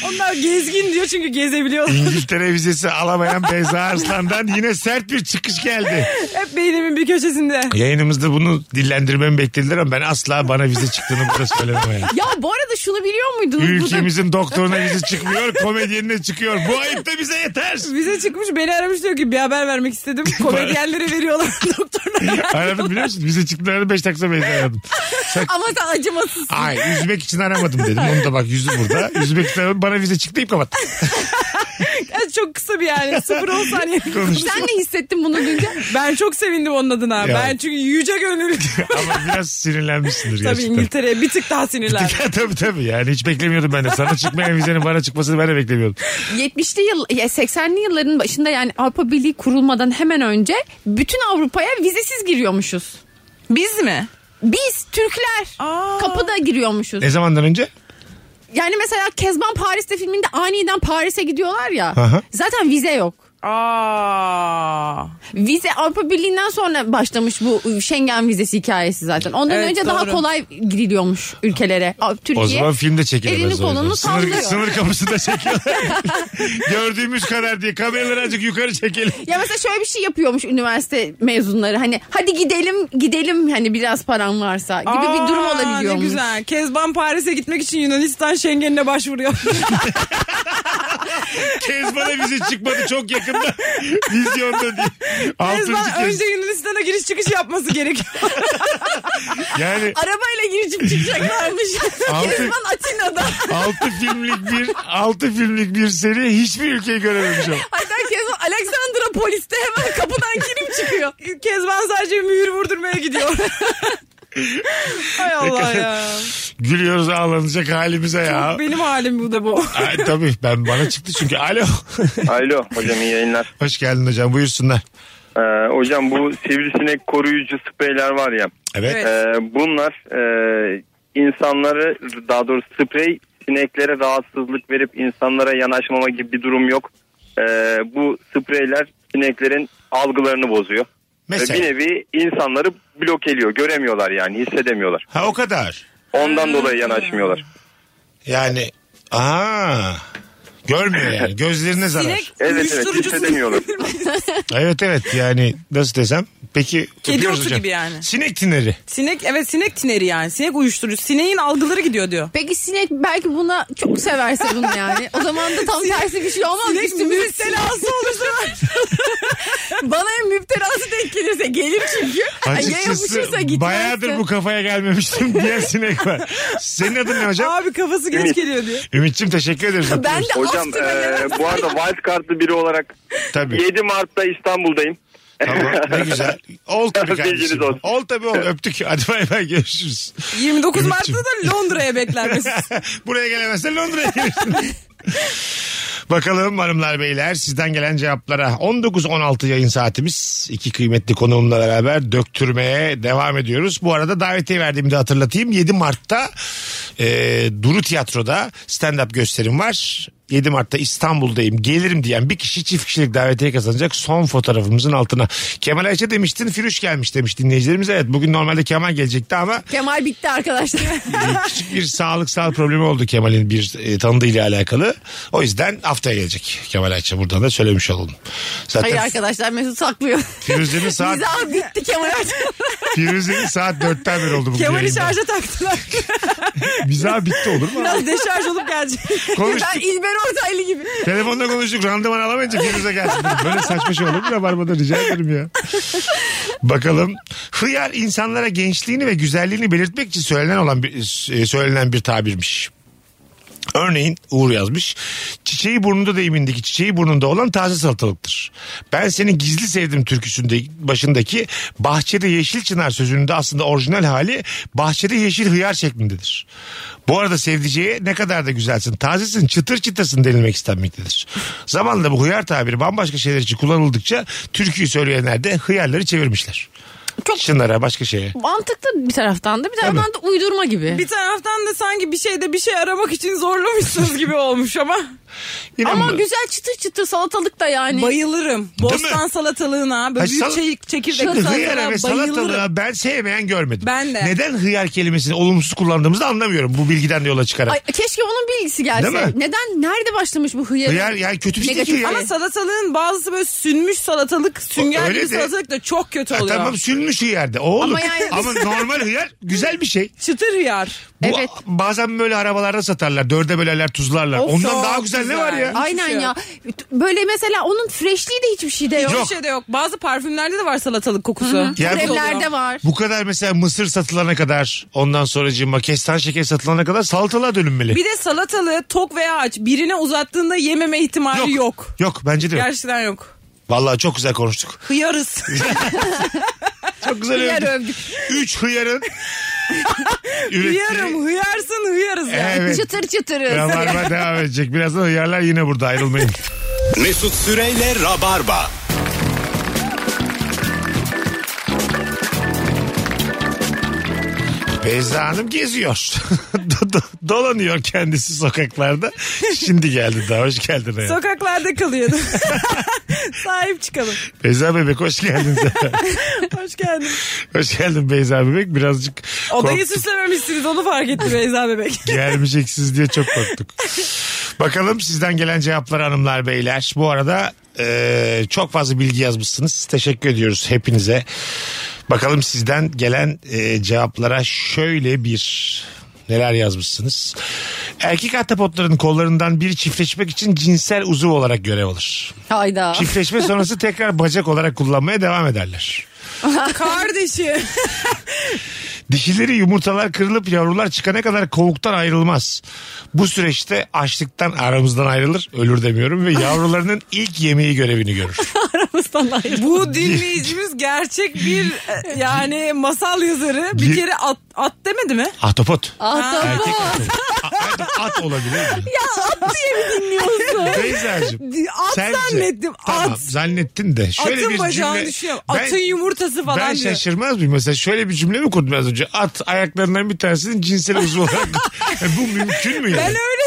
S3: Onlar gezgin diyor çünkü gezebiliyorlar.
S1: İngiltere vizesi alamayan Beyza Arslan'dan yine sert bir çıkış geldi.
S3: Hep beynimin bir köşesinde.
S1: Yayınımızda bunu dillendirmemi beklediler ama ben asla bana vize çıktığını burada söylemem. yani.
S2: Ya bu arada şunu biliyor muydunuz? Bu da-
S1: Ülkemizin doktoruna vize çıkmıyor, komedyenine çıkıyor. Bu ayıp da bize yeter.
S3: Vize çıkmış beni aramış diyor ki bir haber vermek istedim. Komedyenlere veriyorlar doktorlara.
S1: Aradım biliyor musun? Vize çıktılarını 5 dakika sonra Beyza'yı aradım. Sen-
S2: Ama sen acımasız.
S1: Ay üzmek için aramadım dedim. Onu da bak yüzü burada. Üzmek için aramadım. Bana vize çıktı deyip kapattı.
S3: Yani çok kısa bir yani 0-10 saniye.
S1: Konuştuk.
S2: Sen ne hissettin bunu duyunca?
S3: Ben çok sevindim onun adına.
S1: Ya.
S3: Ben çünkü yüce gönüllü.
S1: Ama biraz sinirlenmişsindir
S3: Tabii
S1: gerçekten.
S3: İngiltere'ye bir tık daha sinirlendim.
S1: tabii tabii yani hiç beklemiyordum ben de. Sana çıkmayan vizenin bana çıkmasını ben de beklemiyordum.
S2: 70'li yıl ya 80'li yılların başında yani Avrupa Birliği kurulmadan hemen önce bütün Avrupa'ya vizesiz giriyormuşuz.
S3: Biz mi?
S2: Biz Türkler
S3: Aa.
S2: kapıda giriyormuşuz.
S1: Ne zamandan önce?
S2: Yani mesela Kezban Paris'te filminde aniden Paris'e gidiyorlar ya.
S1: Aha.
S2: Zaten vize yok.
S3: Aa.
S2: Vize Avrupa Birliği'nden sonra başlamış bu Schengen vizesi hikayesi zaten. Ondan
S3: Evet,
S2: önce daha
S3: doğru.
S2: kolay giriliyormuş ülkelere. A- Türkiye.
S1: O zaman filmde çekilemez.
S2: elini
S1: o yüzden.
S2: kolunu
S1: sınır,
S2: sallıyor.
S1: sınır kapısında çekiyorlar. Gördüğümüz kadar diye kameraları azıcık yukarı çekelim.
S2: Ya mesela şöyle bir şey yapıyormuş üniversite mezunları. Hani hadi gidelim gidelim hani biraz paran varsa gibi bir durum
S3: Aa,
S2: olabiliyormuş.
S3: Ne güzel. Kezban Paris'e gitmek için Yunanistan Schengen'ine başvuruyor.
S1: Kezban'a vize çıkmadı çok yakında. Vizyonda diye.
S3: Kezban
S1: Altıncı kez.
S3: önce Yunanistan'a giriş çıkış yapması gerekiyor.
S1: Yani
S2: Arabayla girip çıkacaklarmış.
S1: Altı-
S2: Kezban Atina'da.
S1: altı filmlik bir altı filmlik bir seri hiçbir ülkeyi görememiş o.
S2: Hatta Kezban Alexandra poliste hemen kapıdan girip çıkıyor.
S3: Kezban sadece mühür vurdurmaya gidiyor. Hay Allah ya.
S1: Gülüyoruz ağlanacak halimize ya.
S3: Benim halim bu da bu.
S1: Ay, tabii ben bana çıktı çünkü. Alo.
S4: Alo hocam iyi yayınlar.
S1: Hoş geldin hocam buyursunlar.
S4: Ee, hocam bu sivrisinek koruyucu spreyler var ya.
S1: Evet.
S3: Evet.
S4: Ee, bunlar e, insanları daha doğrusu sprey
S8: sineklere rahatsızlık verip insanlara yanaşmama gibi bir durum yok. Ee, bu spreyler sineklerin algılarını bozuyor. Ee,
S1: Mesela.
S8: Bir nevi insanları blok ediyor. Göremiyorlar yani hissedemiyorlar.
S1: Ha o kadar.
S8: Ondan dolayı yanaşmıyorlar.
S1: Yani aa görmüyor yani. Gözlerine zarar.
S3: Sinek
S8: Evet evet
S3: uyuşturucusu.
S8: hissedemiyorlar.
S1: Evet evet yani nasıl desem. Peki
S3: Kedi
S1: öpüyoruz
S3: otu gibi yani.
S1: Sinek tineri.
S3: Sinek evet sinek tineri yani. Sinek uyuşturucu. Sineğin algıları gidiyor diyor.
S2: Peki sinek belki buna çok severse bunu yani. O zaman da tam tersi bir şey olmaz.
S3: Sinek
S2: Üstümüze
S3: müptelası olursa
S2: Bana en müptelası denk gelirse gelir çünkü. Ay, Ya
S1: Açıkçası
S2: yapışırsa gitmezse.
S1: bayağıdır bu kafaya gelmemiştim diyen sinek var. Senin adın ne hocam?
S3: abi kafası geç geliyor diyor.
S1: Ümit'ciğim teşekkür ederiz.
S2: Ben de
S8: Hocam
S2: Austin'e
S8: ee, bu arada wild card'lı biri olarak
S1: Tabii.
S8: 7 Mart'ta İstanbul'dayım.
S1: Tamam ne güzel. Ol tabii
S8: Bilginiz
S1: kardeşim.
S8: olsun.
S1: Ol tabii ol. Öptük. Hadi bay bay görüşürüz.
S3: 29 Mart'ta
S1: Ümit'ciğim.
S3: da Londra'ya beklenmesi.
S1: Buraya gelemezsen Londra'ya gelirsin. Bakalım hanımlar beyler sizden gelen cevaplara. 19-16 yayın saatimiz. iki kıymetli konuğumla beraber döktürmeye devam ediyoruz. Bu arada davetiye verdiğimi de hatırlatayım. 7 Mart'ta e, Duru Tiyatro'da stand-up gösterim var. 7 Mart'ta İstanbul'dayım gelirim diyen bir kişi çift kişilik davetiye kazanacak son fotoğrafımızın altına. Kemal Ayça demiştin Firuş gelmiş demiş dinleyicilerimiz. Evet bugün normalde Kemal gelecekti ama
S2: Kemal bitti arkadaşlar.
S1: küçük bir sağlıksal problemi oldu Kemal'in bir e, tanıdığıyla alakalı. O yüzden haftaya gelecek Kemal Ayça buradan da söylemiş olalım.
S2: Hayır
S1: Zaten
S2: arkadaşlar Mesut saklıyor.
S1: Firuze'nin saat,
S2: Mizah bitti Kemal Erçel.
S1: Firuze'nin saat dörtten beri oldu bu
S3: Kemal'i
S1: yayında.
S3: şarja taktılar.
S1: Mizah bitti olur mu?
S3: Biraz deşarj olup gelecek.
S1: Konuştuk.
S2: Ben İlber Ortaylı gibi.
S1: Telefonda konuştuk. Randıman alamayınca Firuze gelsin. dedim. Böyle saçma şey olur mu Rabarba'da rica ederim ya. Bakalım. Hıyar insanlara gençliğini ve güzelliğini belirtmek için söylenen olan bir, e, söylenen bir tabirmiş. Örneğin Uğur yazmış. Çiçeği burnunda deyimindeki çiçeği burnunda olan taze salatalıktır. Ben seni gizli sevdim türküsünde başındaki bahçede yeşil çınar sözünün de aslında orijinal hali bahçede yeşil hıyar şeklindedir. Bu arada sevdiceğe ne kadar da güzelsin tazesin çıtır çıtasın denilmek istenmektedir. Zamanla bu hıyar tabiri bambaşka şeyler için kullanıldıkça türküyü söyleyenler de hıyarları çevirmişler.
S2: Çok-
S1: Çınara başka şeye.
S2: Mantıklı bir taraftan da bir taraftan da uydurma gibi.
S3: Bir taraftan da sanki bir şeyde bir şey aramak için zorlamışsınız gibi olmuş ama.
S1: Yine
S2: Ama
S1: bu-
S2: güzel çıtır çıtır salatalık da yani.
S3: Bayılırım. Bostan
S1: Hani mi?
S3: salatalığına, böyle
S1: Ay,
S3: büyük
S1: sal-
S3: çe- çekirdek
S1: Şimdi hıyara
S3: salatalığına
S1: ve
S3: bayılırım.
S1: salatalığa ben sevmeyen görmedim.
S3: Ben de.
S1: Neden hıyar kelimesini olumsuz kullandığımızı anlamıyorum bu bilgiden de yola çıkarak.
S2: Ay, keşke onun bilgisi gelse.
S1: Değil mi?
S2: Neden? Nerede başlamış bu hıyar?
S1: hıyar yani kötü bir şey değil
S2: Negatif
S1: ki ya.
S2: ama
S3: Ama salataların bazısı böyle sünmüş salatalık, sünger
S1: Öyle
S3: gibi
S1: de-
S3: salatalık da çok kötü
S1: Ha,
S3: oluyor.
S1: tamam sülmüş hıyarda. O olur. Ama,
S2: Ama yani-
S1: normal hıyar güzel bir şey.
S3: Çıtır hıyar.
S1: Bu
S2: Evet.
S1: Bazen böyle arabalarda satarlar. Dörde bölerler tuzlarlar.
S3: Of,
S1: Ondan
S3: çok
S1: daha güzel, ne
S3: güzel.
S1: var ya?
S3: Ay,
S2: Aynen
S3: şey
S2: ya. Böyle mesela onun freshliği de hiçbir şeyde yok.
S3: Hiçbir şey de yok. Bazı parfümlerde de var salatalık kokusu.
S1: Yani-
S2: Kremlerde var.
S1: Bu kadar mesela mısır satılana kadar ondan sonracığıma kestan şeker satılana kadar salatalığa dönülmeli.
S3: Bir de salatalığı tok veya aç birine uzattığında yememe ihtimali yok.
S1: Yok bence de yok.
S3: Gerçekten yok.
S1: Vallahi çok güzel konuştuk.
S3: Hıyarız.
S1: Çok güzel
S3: Hıyar
S1: övdük.
S3: övdük.
S1: Üç hıyarın ürettiği
S3: Hıyarım, hıyarsın, hıyarız yani.
S1: Evet.
S2: Çıtır çıtırız.
S1: Rabarba devam edecek. Birazdan uyarlar yine burada ayrılmayın.
S6: Mesut Süreyle Rabarba.
S1: Beyza Hanım geziyor. Do- do- Dolanıyor kendisi sokaklarda. Şimdi geldi daha hoş geldin. hayatım.
S3: Sokaklarda kalıyordum. Sahip çıkalım.
S1: Beyza Bebek hoş geldin. sen.
S3: Hoş geldin.
S1: hoş geldin Beyza Bebek. Birazcık
S3: Odayı
S1: korktuk.
S3: süslememişsiniz onu fark etti Beyza bebek.
S1: Gelmeyeceksiniz diye çok korktuk. Bakalım sizden gelen cevaplar hanımlar beyler. Bu arada e, çok fazla bilgi yazmışsınız. Teşekkür ediyoruz hepinize. Bakalım sizden gelen e, cevaplara şöyle bir neler yazmışsınız. Erkek ahtapotların kollarından biri çiftleşmek için cinsel uzuv olarak görev alır.
S2: Hayda.
S1: Çiftleşme sonrası tekrar bacak olarak kullanmaya devam ederler.
S3: Kardeşi.
S1: Dişileri yumurtalar kırılıp yavrular çıkana kadar kovuktan ayrılmaz. Bu süreçte açlıktan aramızdan ayrılır. Ölür demiyorum ve yavrularının ilk yemeği görevini görür.
S3: Bu dinleyicimiz gerçek bir e, yani masal yazarı. Bir kere at, at demedi mi?
S1: Ahtapot.
S2: Ah, Ahtapot.
S1: Erkek ahtapot. A- a- At olabilir mi?
S3: Dinliyorsun.
S1: Beyza'cığım.
S3: At
S1: sence-
S3: zannettim.
S1: Tamam
S3: at.
S1: zannettin de. Şöyle
S3: Atın
S1: bir
S3: bacağını
S1: cümle.
S3: düşünüyorum.
S1: Ben-
S3: Atın yumurtası falan
S1: ben
S3: diyor.
S1: şaşırmaz mıyım? Mesela şöyle bir cümle mi kurdum az önce? At ayaklarından bir tanesinin cinsel uzvu olarak. E, bu mümkün mü yani?
S3: Ben öyle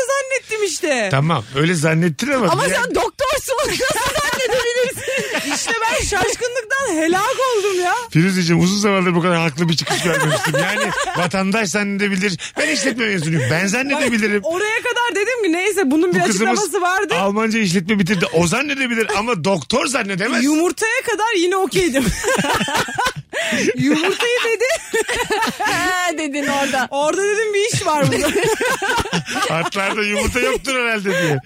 S3: işte.
S1: Tamam öyle zannettin ama.
S2: Ama
S1: bir-
S2: sen doktorsun. Nasıl zannedebilirsin?
S3: İşte ben şaşkınlıktan helak oldum ya.
S1: Firuzeciğim uzun zamandır bu kadar haklı bir çıkış görmemiştim. Yani vatandaş zannedebilir. Ben işletme mezunuyum. Ben zannedebilirim.
S3: Oraya kadar dedim ki neyse bunun bir
S1: Bu kızımız
S3: açıklaması vardı.
S1: Almanca işletme bitirdi. O zannedebilir ama doktor zannedemez.
S3: Yumurtaya kadar yine okeydim. Yumurtayı dedi.
S2: Ha, dedin orada.
S3: Orada dedim bir iş var burada.
S1: Atlarda yumurta yoktur herhalde diye.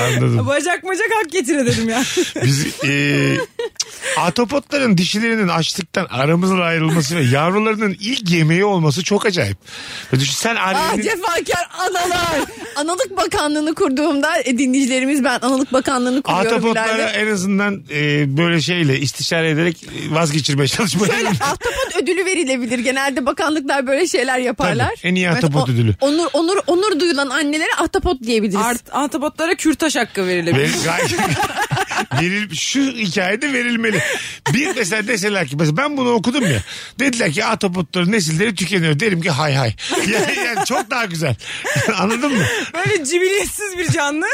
S1: Anladım.
S3: Bacak macak hak getire dedim ya.
S1: Biz e, atopotların dişilerinin açlıktan aramızdan ayrılması ve yavrularının ilk yemeği olması çok acayip. Ve düşün sen
S2: Ah
S1: annenin...
S2: cefakar analar. Analık Bakanlığı'nı kurduğumda e, dinleyicilerimiz ben Analık Bakanlığı'nı kuruyorum
S1: Ahtapotlara
S2: ileride.
S1: en azından e, böyle şeyle istişare ederek e, vazgeçirmeye çalışmayı.
S2: Şöyle ahtapot ödülü verilebilir. Genelde bakanlıklar böyle şeyler yaparlar.
S1: Tabii, en iyi ahtapot
S2: o-
S1: ödülü.
S2: Onur, onur, onur duyulan annelere ahtapot diyebiliriz.
S3: Art, antibotlara kürtaş hakkı verilebilir.
S1: Veril, gay- veril, şu hikayede verilmeli. Bir mesela deseler ki mesela ben bunu okudum ya. Dediler ki atopotların nesilleri tükeniyor. Derim ki hay hay. Yani, yani çok daha güzel. Anladın mı?
S3: Böyle cibiliyetsiz bir canlı.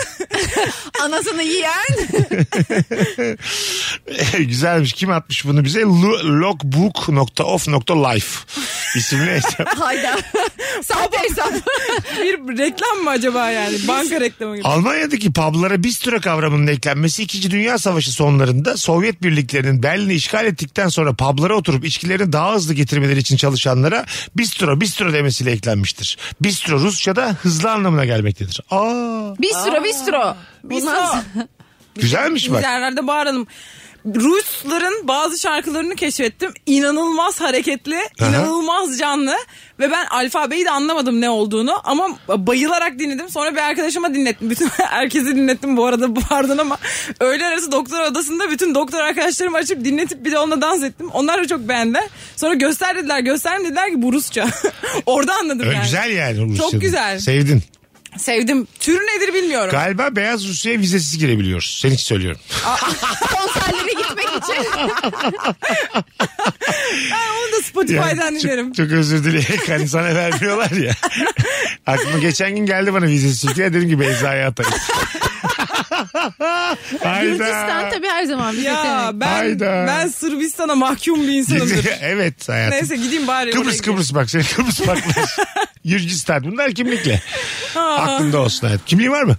S2: Anasını yiyen
S1: Güzelmiş. Kim atmış bunu bize? Lu- Logbook.off.life isimli hesap.
S2: hayda. Sahte hesap.
S3: bir reklam mı acaba yani? Banka reklamı gibi.
S1: Almanya'daki publara bistro kavramının eklenmesi 2. Dünya Savaşı sonlarında Sovyet birliklerinin Berlin'i işgal ettikten sonra publara oturup içkilerini daha hızlı getirmeleri için çalışanlara bistro bistro demesiyle eklenmiştir. Bistro Rusça'da hızlı anlamına gelmektedir. Aa,
S2: Bistro bistro. Bundan
S1: güzelmiş
S3: Biz
S1: bak.
S3: yerlerde bağıralım. Rusların bazı şarkılarını keşfettim. İnanılmaz hareketli, inanılmaz canlı ve ben alfabeyi de anlamadım ne olduğunu ama bayılarak dinledim. Sonra bir arkadaşıma dinlettim. Bütün herkesi dinlettim bu arada pardon ama öğle arası doktor odasında bütün doktor arkadaşlarımı açıp dinletip bir de onunla dans ettim. Onlar da çok beğendiler. Sonra göster dediler, göster dediler ki bu Rusça. Orada anladım
S1: Ö,
S3: yani.
S1: Güzel yani Rusça'da.
S3: güzel.
S1: Sevdin.
S3: Sevdim. Türü nedir bilmiyorum.
S1: Galiba Beyaz Rusya'ya vizesiz girebiliyoruz. Senin için söylüyorum.
S2: konserlere gitmek için.
S3: Onu da
S1: Yani
S3: Spotify'dan
S1: çok-
S3: dinlerim.
S1: Çok, özür dileyerek hani sana vermiyorlar ya. Aklıma geçen gün geldi bana vizesiz Türkiye'ye dedim ki Beyza'ya atayım.
S2: Gürcistan
S1: Hayda.
S2: tabii her zaman bir
S3: Ya
S2: seçenek.
S3: ben
S1: Hayda.
S3: ben Sırbistan'a mahkum bir insanımdır.
S1: evet hayatım.
S3: Neyse gideyim bari. oraya
S1: Kıbrıs
S3: gideyim.
S1: Kıbrıs bak seni Kıbrıs farklı. Gürcistan bunlar kimlikle. Aklında olsun hayat. Kimliğin var mı?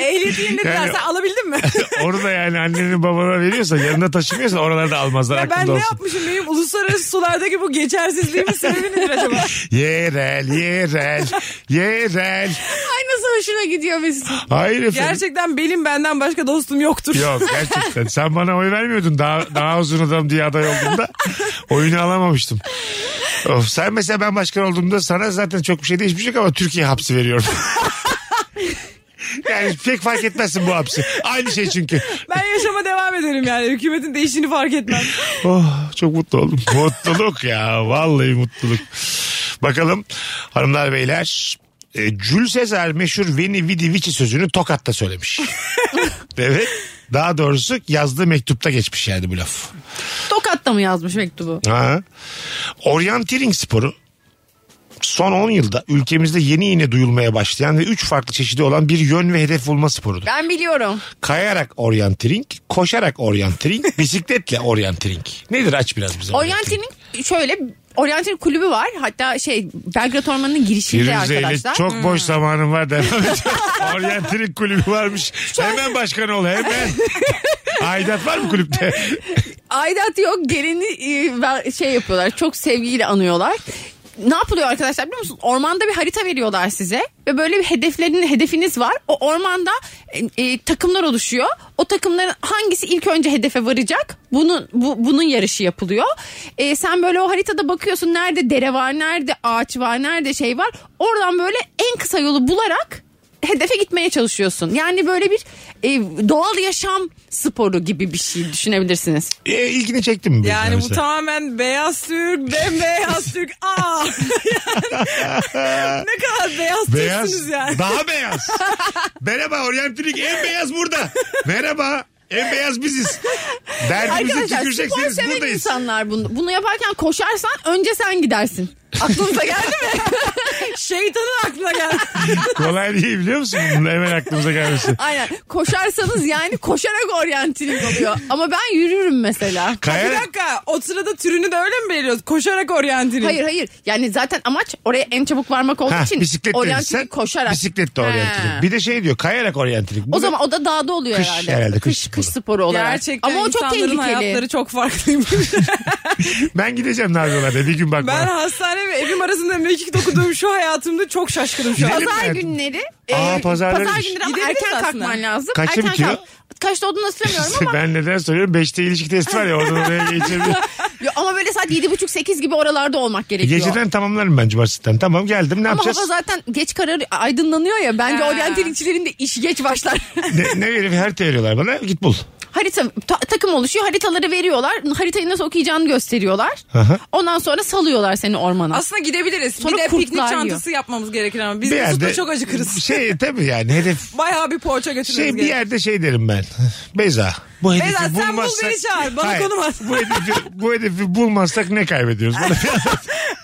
S3: Ehliyeti yenilediler.
S1: Yani-
S3: Sen alabildin mi?
S1: Orada yani annenin babana veriyorsan yanında taşımıyorsan oralarda almazlar
S3: Ya ben
S1: aklında
S3: ne
S1: olsun.
S3: yapmışım benim uluslararası sulardaki bu geçersizliğimin sebebi nedir acaba?
S1: Şey. Yerel yerel yerel.
S2: Ay nasıl hoşuna gidiyor Mesut.
S1: Hayır efendim.
S3: Gerçekten benim benden başka dostum yoktur.
S1: Yok gerçekten. Sen bana oy vermiyordun daha daha uzun adam diye aday olduğumda. Oyunu alamamıştım. Of, sen mesela ben başkan olduğumda sana zaten çok bir şey değişmeyecek ama Türkiye hapsi veriyorum. yani pek fark etmezsin bu hapsi. Aynı şey çünkü.
S3: Ben yaşama devam ederim yani. Hükümetin değişini fark etmem.
S1: Oh, çok mutlu oldum. Mutluluk ya. Vallahi mutluluk. Bakalım hanımlar beyler. E, Jules Caesar meşhur Veni Vidi Vici sözünü Tokat'ta söylemiş. evet. Daha doğrusu yazdığı mektupta geçmiş yani bu laf.
S2: Tokat'ta mı yazmış mektubu?
S1: Ha. Orienteering sporu son 10 yılda ülkemizde yeni yeni duyulmaya başlayan ve 3 farklı çeşidi olan bir yön ve hedef bulma sporudur.
S2: Ben biliyorum.
S1: Kayarak orienteering, koşarak orienteering, bisikletle orienteering. Nedir aç biraz bize.
S2: Orienteering şöyle Orienteering kulübü var. Hatta şey Belgrad Ormanı'nın girişinde
S1: Firuze ile
S2: arkadaşlar.
S1: çok
S3: Hmm.
S1: boş zamanım var devam ediyor. Orienteering kulübü varmış. Hemen başkan ol hemen. Aidat var mı kulüpte?
S2: Aidat yok geleni e, ver- şey yapıyorlar. Çok sevgiyle anıyorlar. Ne yapılıyor arkadaşlar biliyor musunuz? Ormanda bir harita veriyorlar size ve böyle bir hedeflerin hedefiniz var. O ormanda e, e, takımlar oluşuyor. O takımların hangisi ilk önce hedefe varacak? Bunun bu, bunun yarışı yapılıyor. E, sen böyle o haritada bakıyorsun nerede dere var, nerede ağaç var, nerede şey var. Oradan böyle en kısa yolu bularak hedefe gitmeye çalışıyorsun. Yani böyle bir e, doğal yaşam sporu gibi bir şey düşünebilirsiniz.
S1: E, ilgini çekti mi? bu yüzden
S3: Yani bu
S1: mesela?
S3: tamamen beyaz Türk, bembeyaz Türk. Aa! Yani ne kadar beyaz,
S1: Beyaz.
S3: Türksünüz yani.
S1: Daha beyaz. Merhaba oryantilik en beyaz burada. Merhaba. En beyaz biziz. Derdimizi
S2: Arkadaşlar spor
S1: tüküreceksiniz
S2: seven
S1: buradayız.
S2: insanlar bunu. Bunu yaparken koşarsan önce sen gidersin. Aklınıza geldi mi?
S3: Şeytanın aklına geldi.
S1: Kolay değil biliyor musun? Bunun hemen aklımıza gelmesi.
S2: Aynen. Koşarsanız yani koşarak oryantiling oluyor. Ama ben yürürüm mesela.
S3: Bir
S1: Kaya,
S3: dakika o sırada türünü de öyle mi belirliyoruz? Koşarak oryantini.
S2: Hayır hayır. Yani zaten amaç oraya en çabuk varmak olduğu
S1: ha,
S2: için
S1: bisiklet
S2: oryantiling
S1: oryantilik
S2: koşarak.
S1: Bisiklet de
S2: He.
S1: oryantilik. Bir de şey diyor kayarak oryantilik. Bu
S2: O
S1: da-
S2: zaman o da dağda oluyor
S1: Kış
S2: herhalde.
S1: herhalde, kış
S2: kış sporu olarak.
S3: Gerçekten
S2: Ama o çok
S3: insanların
S2: tehlikeli.
S3: hayatları çok farklıymış.
S1: Ben gideceğim Nargola'da bir gün bak.
S3: ben
S1: bana.
S3: hastane ve evim arasında mekik dokuduğum şu hayatımda çok şaşkınım şu an.
S1: Gidelim
S2: Pazar
S1: mi?
S2: günleri. e,
S1: Aa, pazarlar
S2: pazar
S1: demiş.
S2: günleri ama
S3: Gidebiliriz
S2: erken
S3: aslında.
S2: kalkman lazım.
S1: Kaçta
S2: erken
S1: bitiyor?
S2: Kaçta olduğunu hatırlamıyorum ama.
S1: ben neden soruyorum? Beşte ilişki testi var ya oradan oraya geçebilirim.
S2: Ya ama böyle saat 7.30-8 gibi oralarda olmak gerekiyor.
S1: Geceden tamamlarım ben cumartesiden. Tamam geldim ne
S2: ama hava
S1: yapacağız?
S2: zaten geç karar aydınlanıyor ya. Bence
S3: Ha.
S2: oryantilingçilerin de işi geç başlar.
S1: Ne, ne verip her teoriyorlar bana git bul.
S2: Harita ta- takım oluşuyor. Haritaları veriyorlar. Haritayı nasıl okuyacağını gösteriyorlar.
S1: Aha.
S2: Ondan sonra salıyorlar seni ormana.
S3: Aslında gidebiliriz.
S2: Sonra
S3: bir de piknik
S2: kurtlar yiyor.
S3: çantası yapmamız gerekir ama biz Mesut'la çok acıkırız.
S1: Şey tabii yani hedef.
S3: Bayağı bir poğaça götürmemiz
S1: Şey bir
S3: gerekir.
S1: yerde şey derim ben. Beyza. Bu hedefi
S3: Beyza, sen bul
S1: bulmazsak-
S3: beni çağır, bana
S1: Hayır,
S3: konum at.
S1: Bu hedefi, bu hedefi bulmazsak ne kaybediyoruz? Bana-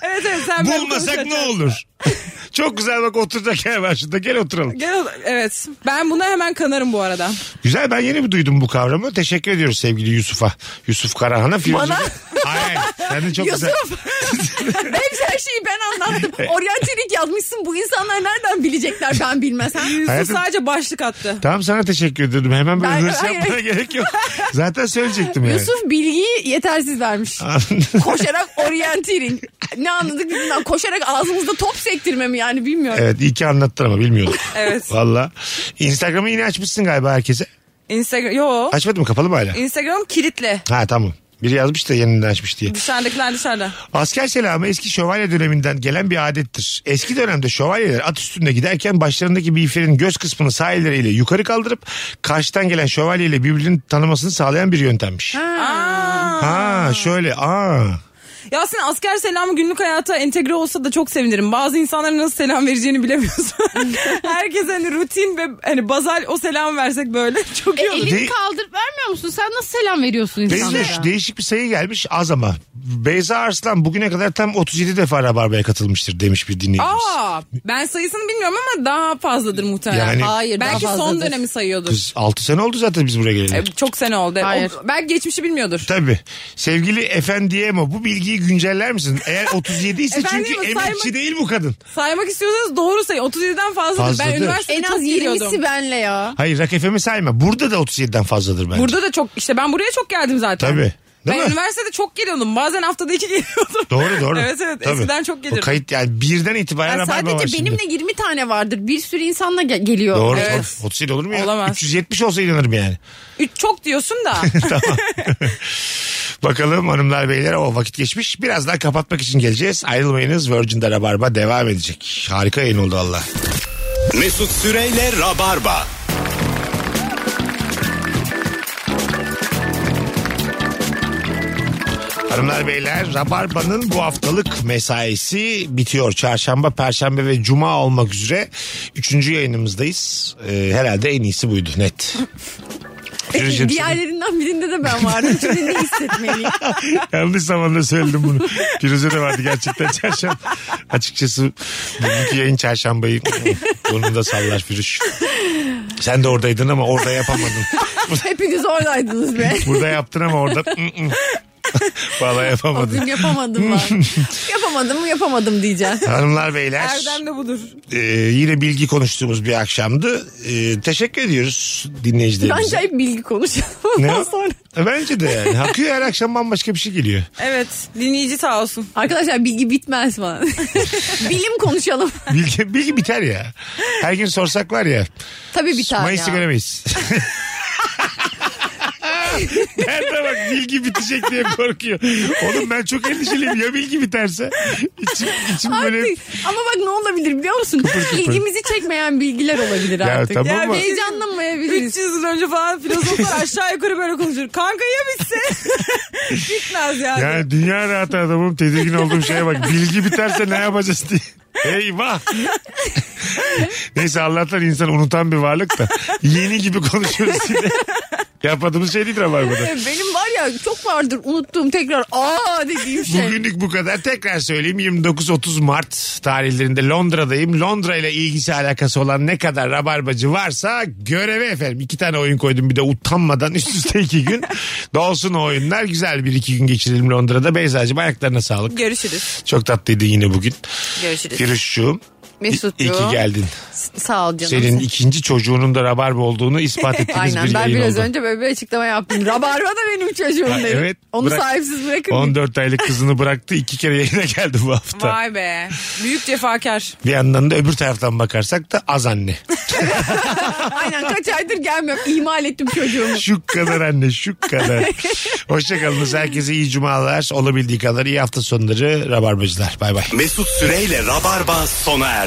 S3: Evet evet sen ben
S1: Bulmasak
S3: konuşacağım.
S1: ne olur? Çok güzel bak oturacak yer var şurada gel oturalım.
S3: Gel, evet. Ben buna hemen kanarım bu arada.
S1: Güzel ben yeni bir duydum bu kavramı. Teşekkür ediyoruz sevgili Yusuf'a. Yusuf Karahan'a. Firuze-
S2: Bana?
S1: Hayır. Sen de çok güzel.
S2: Yusuf. Hepsi her şeyi ben anlattım. Oryantilik yazmışsın. Bu insanlar nereden bilecekler ben bilmesem.
S3: Yusuf
S1: Hayatım-
S3: sadece başlık attı.
S1: Tamam sana teşekkür ediyordum. Hemen böyle
S2: Ben-
S1: hırs
S2: hayır,
S1: yapmana gerek yok. Zaten söyleyecektim yani.
S2: Yusuf bilgiyi yetersiz vermiş. Koşarak oryantiling. Ne anladık biz bundan? Koşarak ağzımızda top sektirme mi yani bilmiyorum.
S1: evet iyi ki anlattın ama bilmiyordum.
S3: Evet.
S1: Valla. Instagram'ı yine açmışsın galiba herkese.
S3: Instagram yo.
S1: Açmadı mı kapalı mı hala?
S3: Instagram kilitle.
S1: Ha tamam. Biri yazmış da yeniden açmış diye.
S3: Dışarıdakiler dışarıda.
S1: Asker selamı eski şövalye döneminden gelen bir adettir. Eski dönemde şövalyeler at üstünde giderken başlarındaki miğferin göz kısmını sağ elleriyle yukarı kaldırıp karşıdan gelen şövalyeyle birbirini tanımasını sağlayan bir yöntemmiş. Ha, şöyle aa.
S3: Ya aslında asker selamı günlük hayata entegre olsa da çok sevinirim. Bazı insanların nasıl selam vereceğini bilemiyorsun. Herkes hani rutin ve hani bazal o selam versek böyle çok
S2: E,
S3: iyi olur.
S2: elini
S1: Değil-
S2: kaldırıp vermiyor musun? Sen nasıl selam veriyorsun insanlara?
S1: Değişmiş, değişik bir şey sayı gelmiş az ama. Beyza Arslan bugüne kadar tam 37 defa Rabarba'ya katılmıştır demiş bir dinleyicimiz.
S3: Aa, ben sayısını bilmiyorum ama daha fazladır muhtemelen.
S1: Yani-
S2: Hayır, daha
S3: Belki son
S2: fazladır.
S3: dönemi sayıyordur.
S1: Kız 6 sene oldu zaten biz buraya geleli.
S3: E, Çok sene oldu.
S2: Hayır.
S3: O- belki geçmişi bilmiyordur.
S1: Tabii. Sevgili Efendiyemo bu bilgiyi günceller misin? Eğer 37 ise çünkü
S3: Efendiyemo,
S1: emekçi
S3: sayma-
S1: değil bu kadın.
S3: Saymak istiyorsanız doğru sayı. 37'den fazladır.
S1: Fazladır.
S3: Ben üniversitede
S2: En az
S3: çok giriyordum.
S2: 20'si benle ya.
S1: Hayır Rock FM'i sayma. Burada da 37'den fazladır bence.
S3: Burada da çok işte ben buraya çok geldim zaten.
S1: Tabii. Değil
S3: ben
S1: mi?
S3: üniversitede çok geliyordum. Bazen haftada iki geliyordum.
S1: Doğru doğru.
S3: evet evet
S1: Tabii.
S3: eskiden çok
S1: O
S3: gelirdim.
S1: kayıt yani birden itibaren
S2: Yani
S1: yani
S2: sadece benimle 20 tane vardır. Bir sürü insanla ge- geliyor.
S1: Doğru.
S3: Evet.
S1: Of, 37 olur mu ya?
S3: Olamaz.
S1: 370 olsa inanırım yani.
S3: Üç- çok diyorsun da.
S1: Bakalım hanımlar beyler o vakit geçmiş. Biraz daha kapatmak için geleceğiz. Ayrılmayınız. Virgin'de Rabarba devam edecek. Harika yayın oldu Allah.
S6: Mesut Süreyle Rabarba.
S1: Hanımlar beyler Rabarba'nın bu haftalık mesaisi bitiyor. Çarşamba, Perşembe ve Cuma olmak üzere 3. yayınımızdayız. Ee, herhalde en iyisi buydu net. Firuzeciğim,
S2: Diğerlerinden birinde de ben vardım. Şimdi ne hissetmeliyim?
S1: Yanlış zamanda söyledim bunu. Firuze de vardı gerçekten çarşamba. Açıkçası bugünkü yayın çarşambayı bunu da sallar Firuş. Sen de oradaydın ama orada yapamadın.
S2: Hepiniz oradaydınız be.
S1: Burada yaptın ama orada vallahi
S2: O
S1: yapamadın.
S2: gün yapamadım ben. yapamadım yapamadım diyeceğim.
S1: Hanımlar beyler
S3: Erdem de budur.
S1: e, yine bilgi konuştuğumuz bir akşamdı. E, teşekkür ediyoruz dinleyicilerimize.
S2: Bence hep bilgi konuşalım.
S1: Ne
S2: Ondan
S1: o? E,
S2: sonra.
S1: Bence de yani. Hakıyor her akşam bambaşka bir şey geliyor.
S3: Evet dinleyici sağ olsun.
S2: Arkadaşlar bilgi bitmez falan. Bilim konuşalım.
S1: Bilgi, bilgi biter ya. Her gün sorsak var ya.
S2: Tabii biter
S1: Mayıs'ı
S2: ya.
S1: göremeyiz. Nerede bak bilgi bitecek diye korkuyor. Oğlum ben çok endişeliyim ya bilgi biterse. İçim, içim böyle...
S2: Artık. Ama bak ne olabilir biliyor musun?
S1: kıpır.
S2: İlgimizi çekmeyen bilgiler olabilir
S1: Ya
S2: artık.
S1: tamam
S2: Yani
S1: ama-
S2: heyecanlanmayabiliriz.
S3: 300 yıl önce falan filozoflar aşağı yukarı böyle konuşur. Kanka ya bitse. Bitmez yani.
S1: Yani dünya rahat adamım tedirgin olduğum şeye bak. Bilgi biterse ne yapacağız diye. Eyvah. Neyse Allah'tan insan unutan bir varlık da. Yeni gibi konuşuyoruz yine. Yapmadığımız şey değil Rabarba'da.
S2: Benim var ya çok vardır unuttuğum tekrar aa dediğim şey.
S1: Bugünlük bu kadar. Tekrar söyleyeyim 29-30 Mart tarihlerinde Londra'dayım. Londra ile ilgisi alakası olan ne kadar rabarbacı varsa göreve efendim. İki tane oyun koydum bir de utanmadan üst üste iki gün. Dolsun o oyunlar. Güzel bir iki gün geçirelim Londra'da. Beyza'cığım ayaklarına sağlık.
S3: Görüşürüz.
S1: Çok tatlıydın yine bugün.
S3: Görüşürüz.
S1: Firuşçuğum.
S2: Mesut'cu.
S1: İyi ki geldin.
S2: Sağ ol canım.
S1: Senin ikinci çocuğunun da rabarba olduğunu ispat ettiğiniz
S2: Aynen
S1: bir
S2: ben
S1: yayın
S2: biraz
S1: oldu.
S2: önce böyle bir açıklama yaptım. Rabarba da benim çocuğum
S1: Ha,
S2: dedim.
S1: evet,
S2: Onu
S1: bırak-
S2: sahipsiz bırakın.
S1: 14 aylık kızını bıraktı. iki kere yayına geldi bu hafta.
S3: Vay be. Büyük cefakar.
S1: Bir yandan da öbür taraftan bakarsak da az anne.
S2: Aynen kaç aydır gelmiyorum. İmal ettim çocuğumu.
S1: Şu kadar anne şu kadar. Hoşçakalınız. Herkese iyi cumalar. Olabildiği kadar iyi hafta sonları. Rabarbacılar. Bay bay.
S6: Mesut Süreyle Rabarba sona erdi.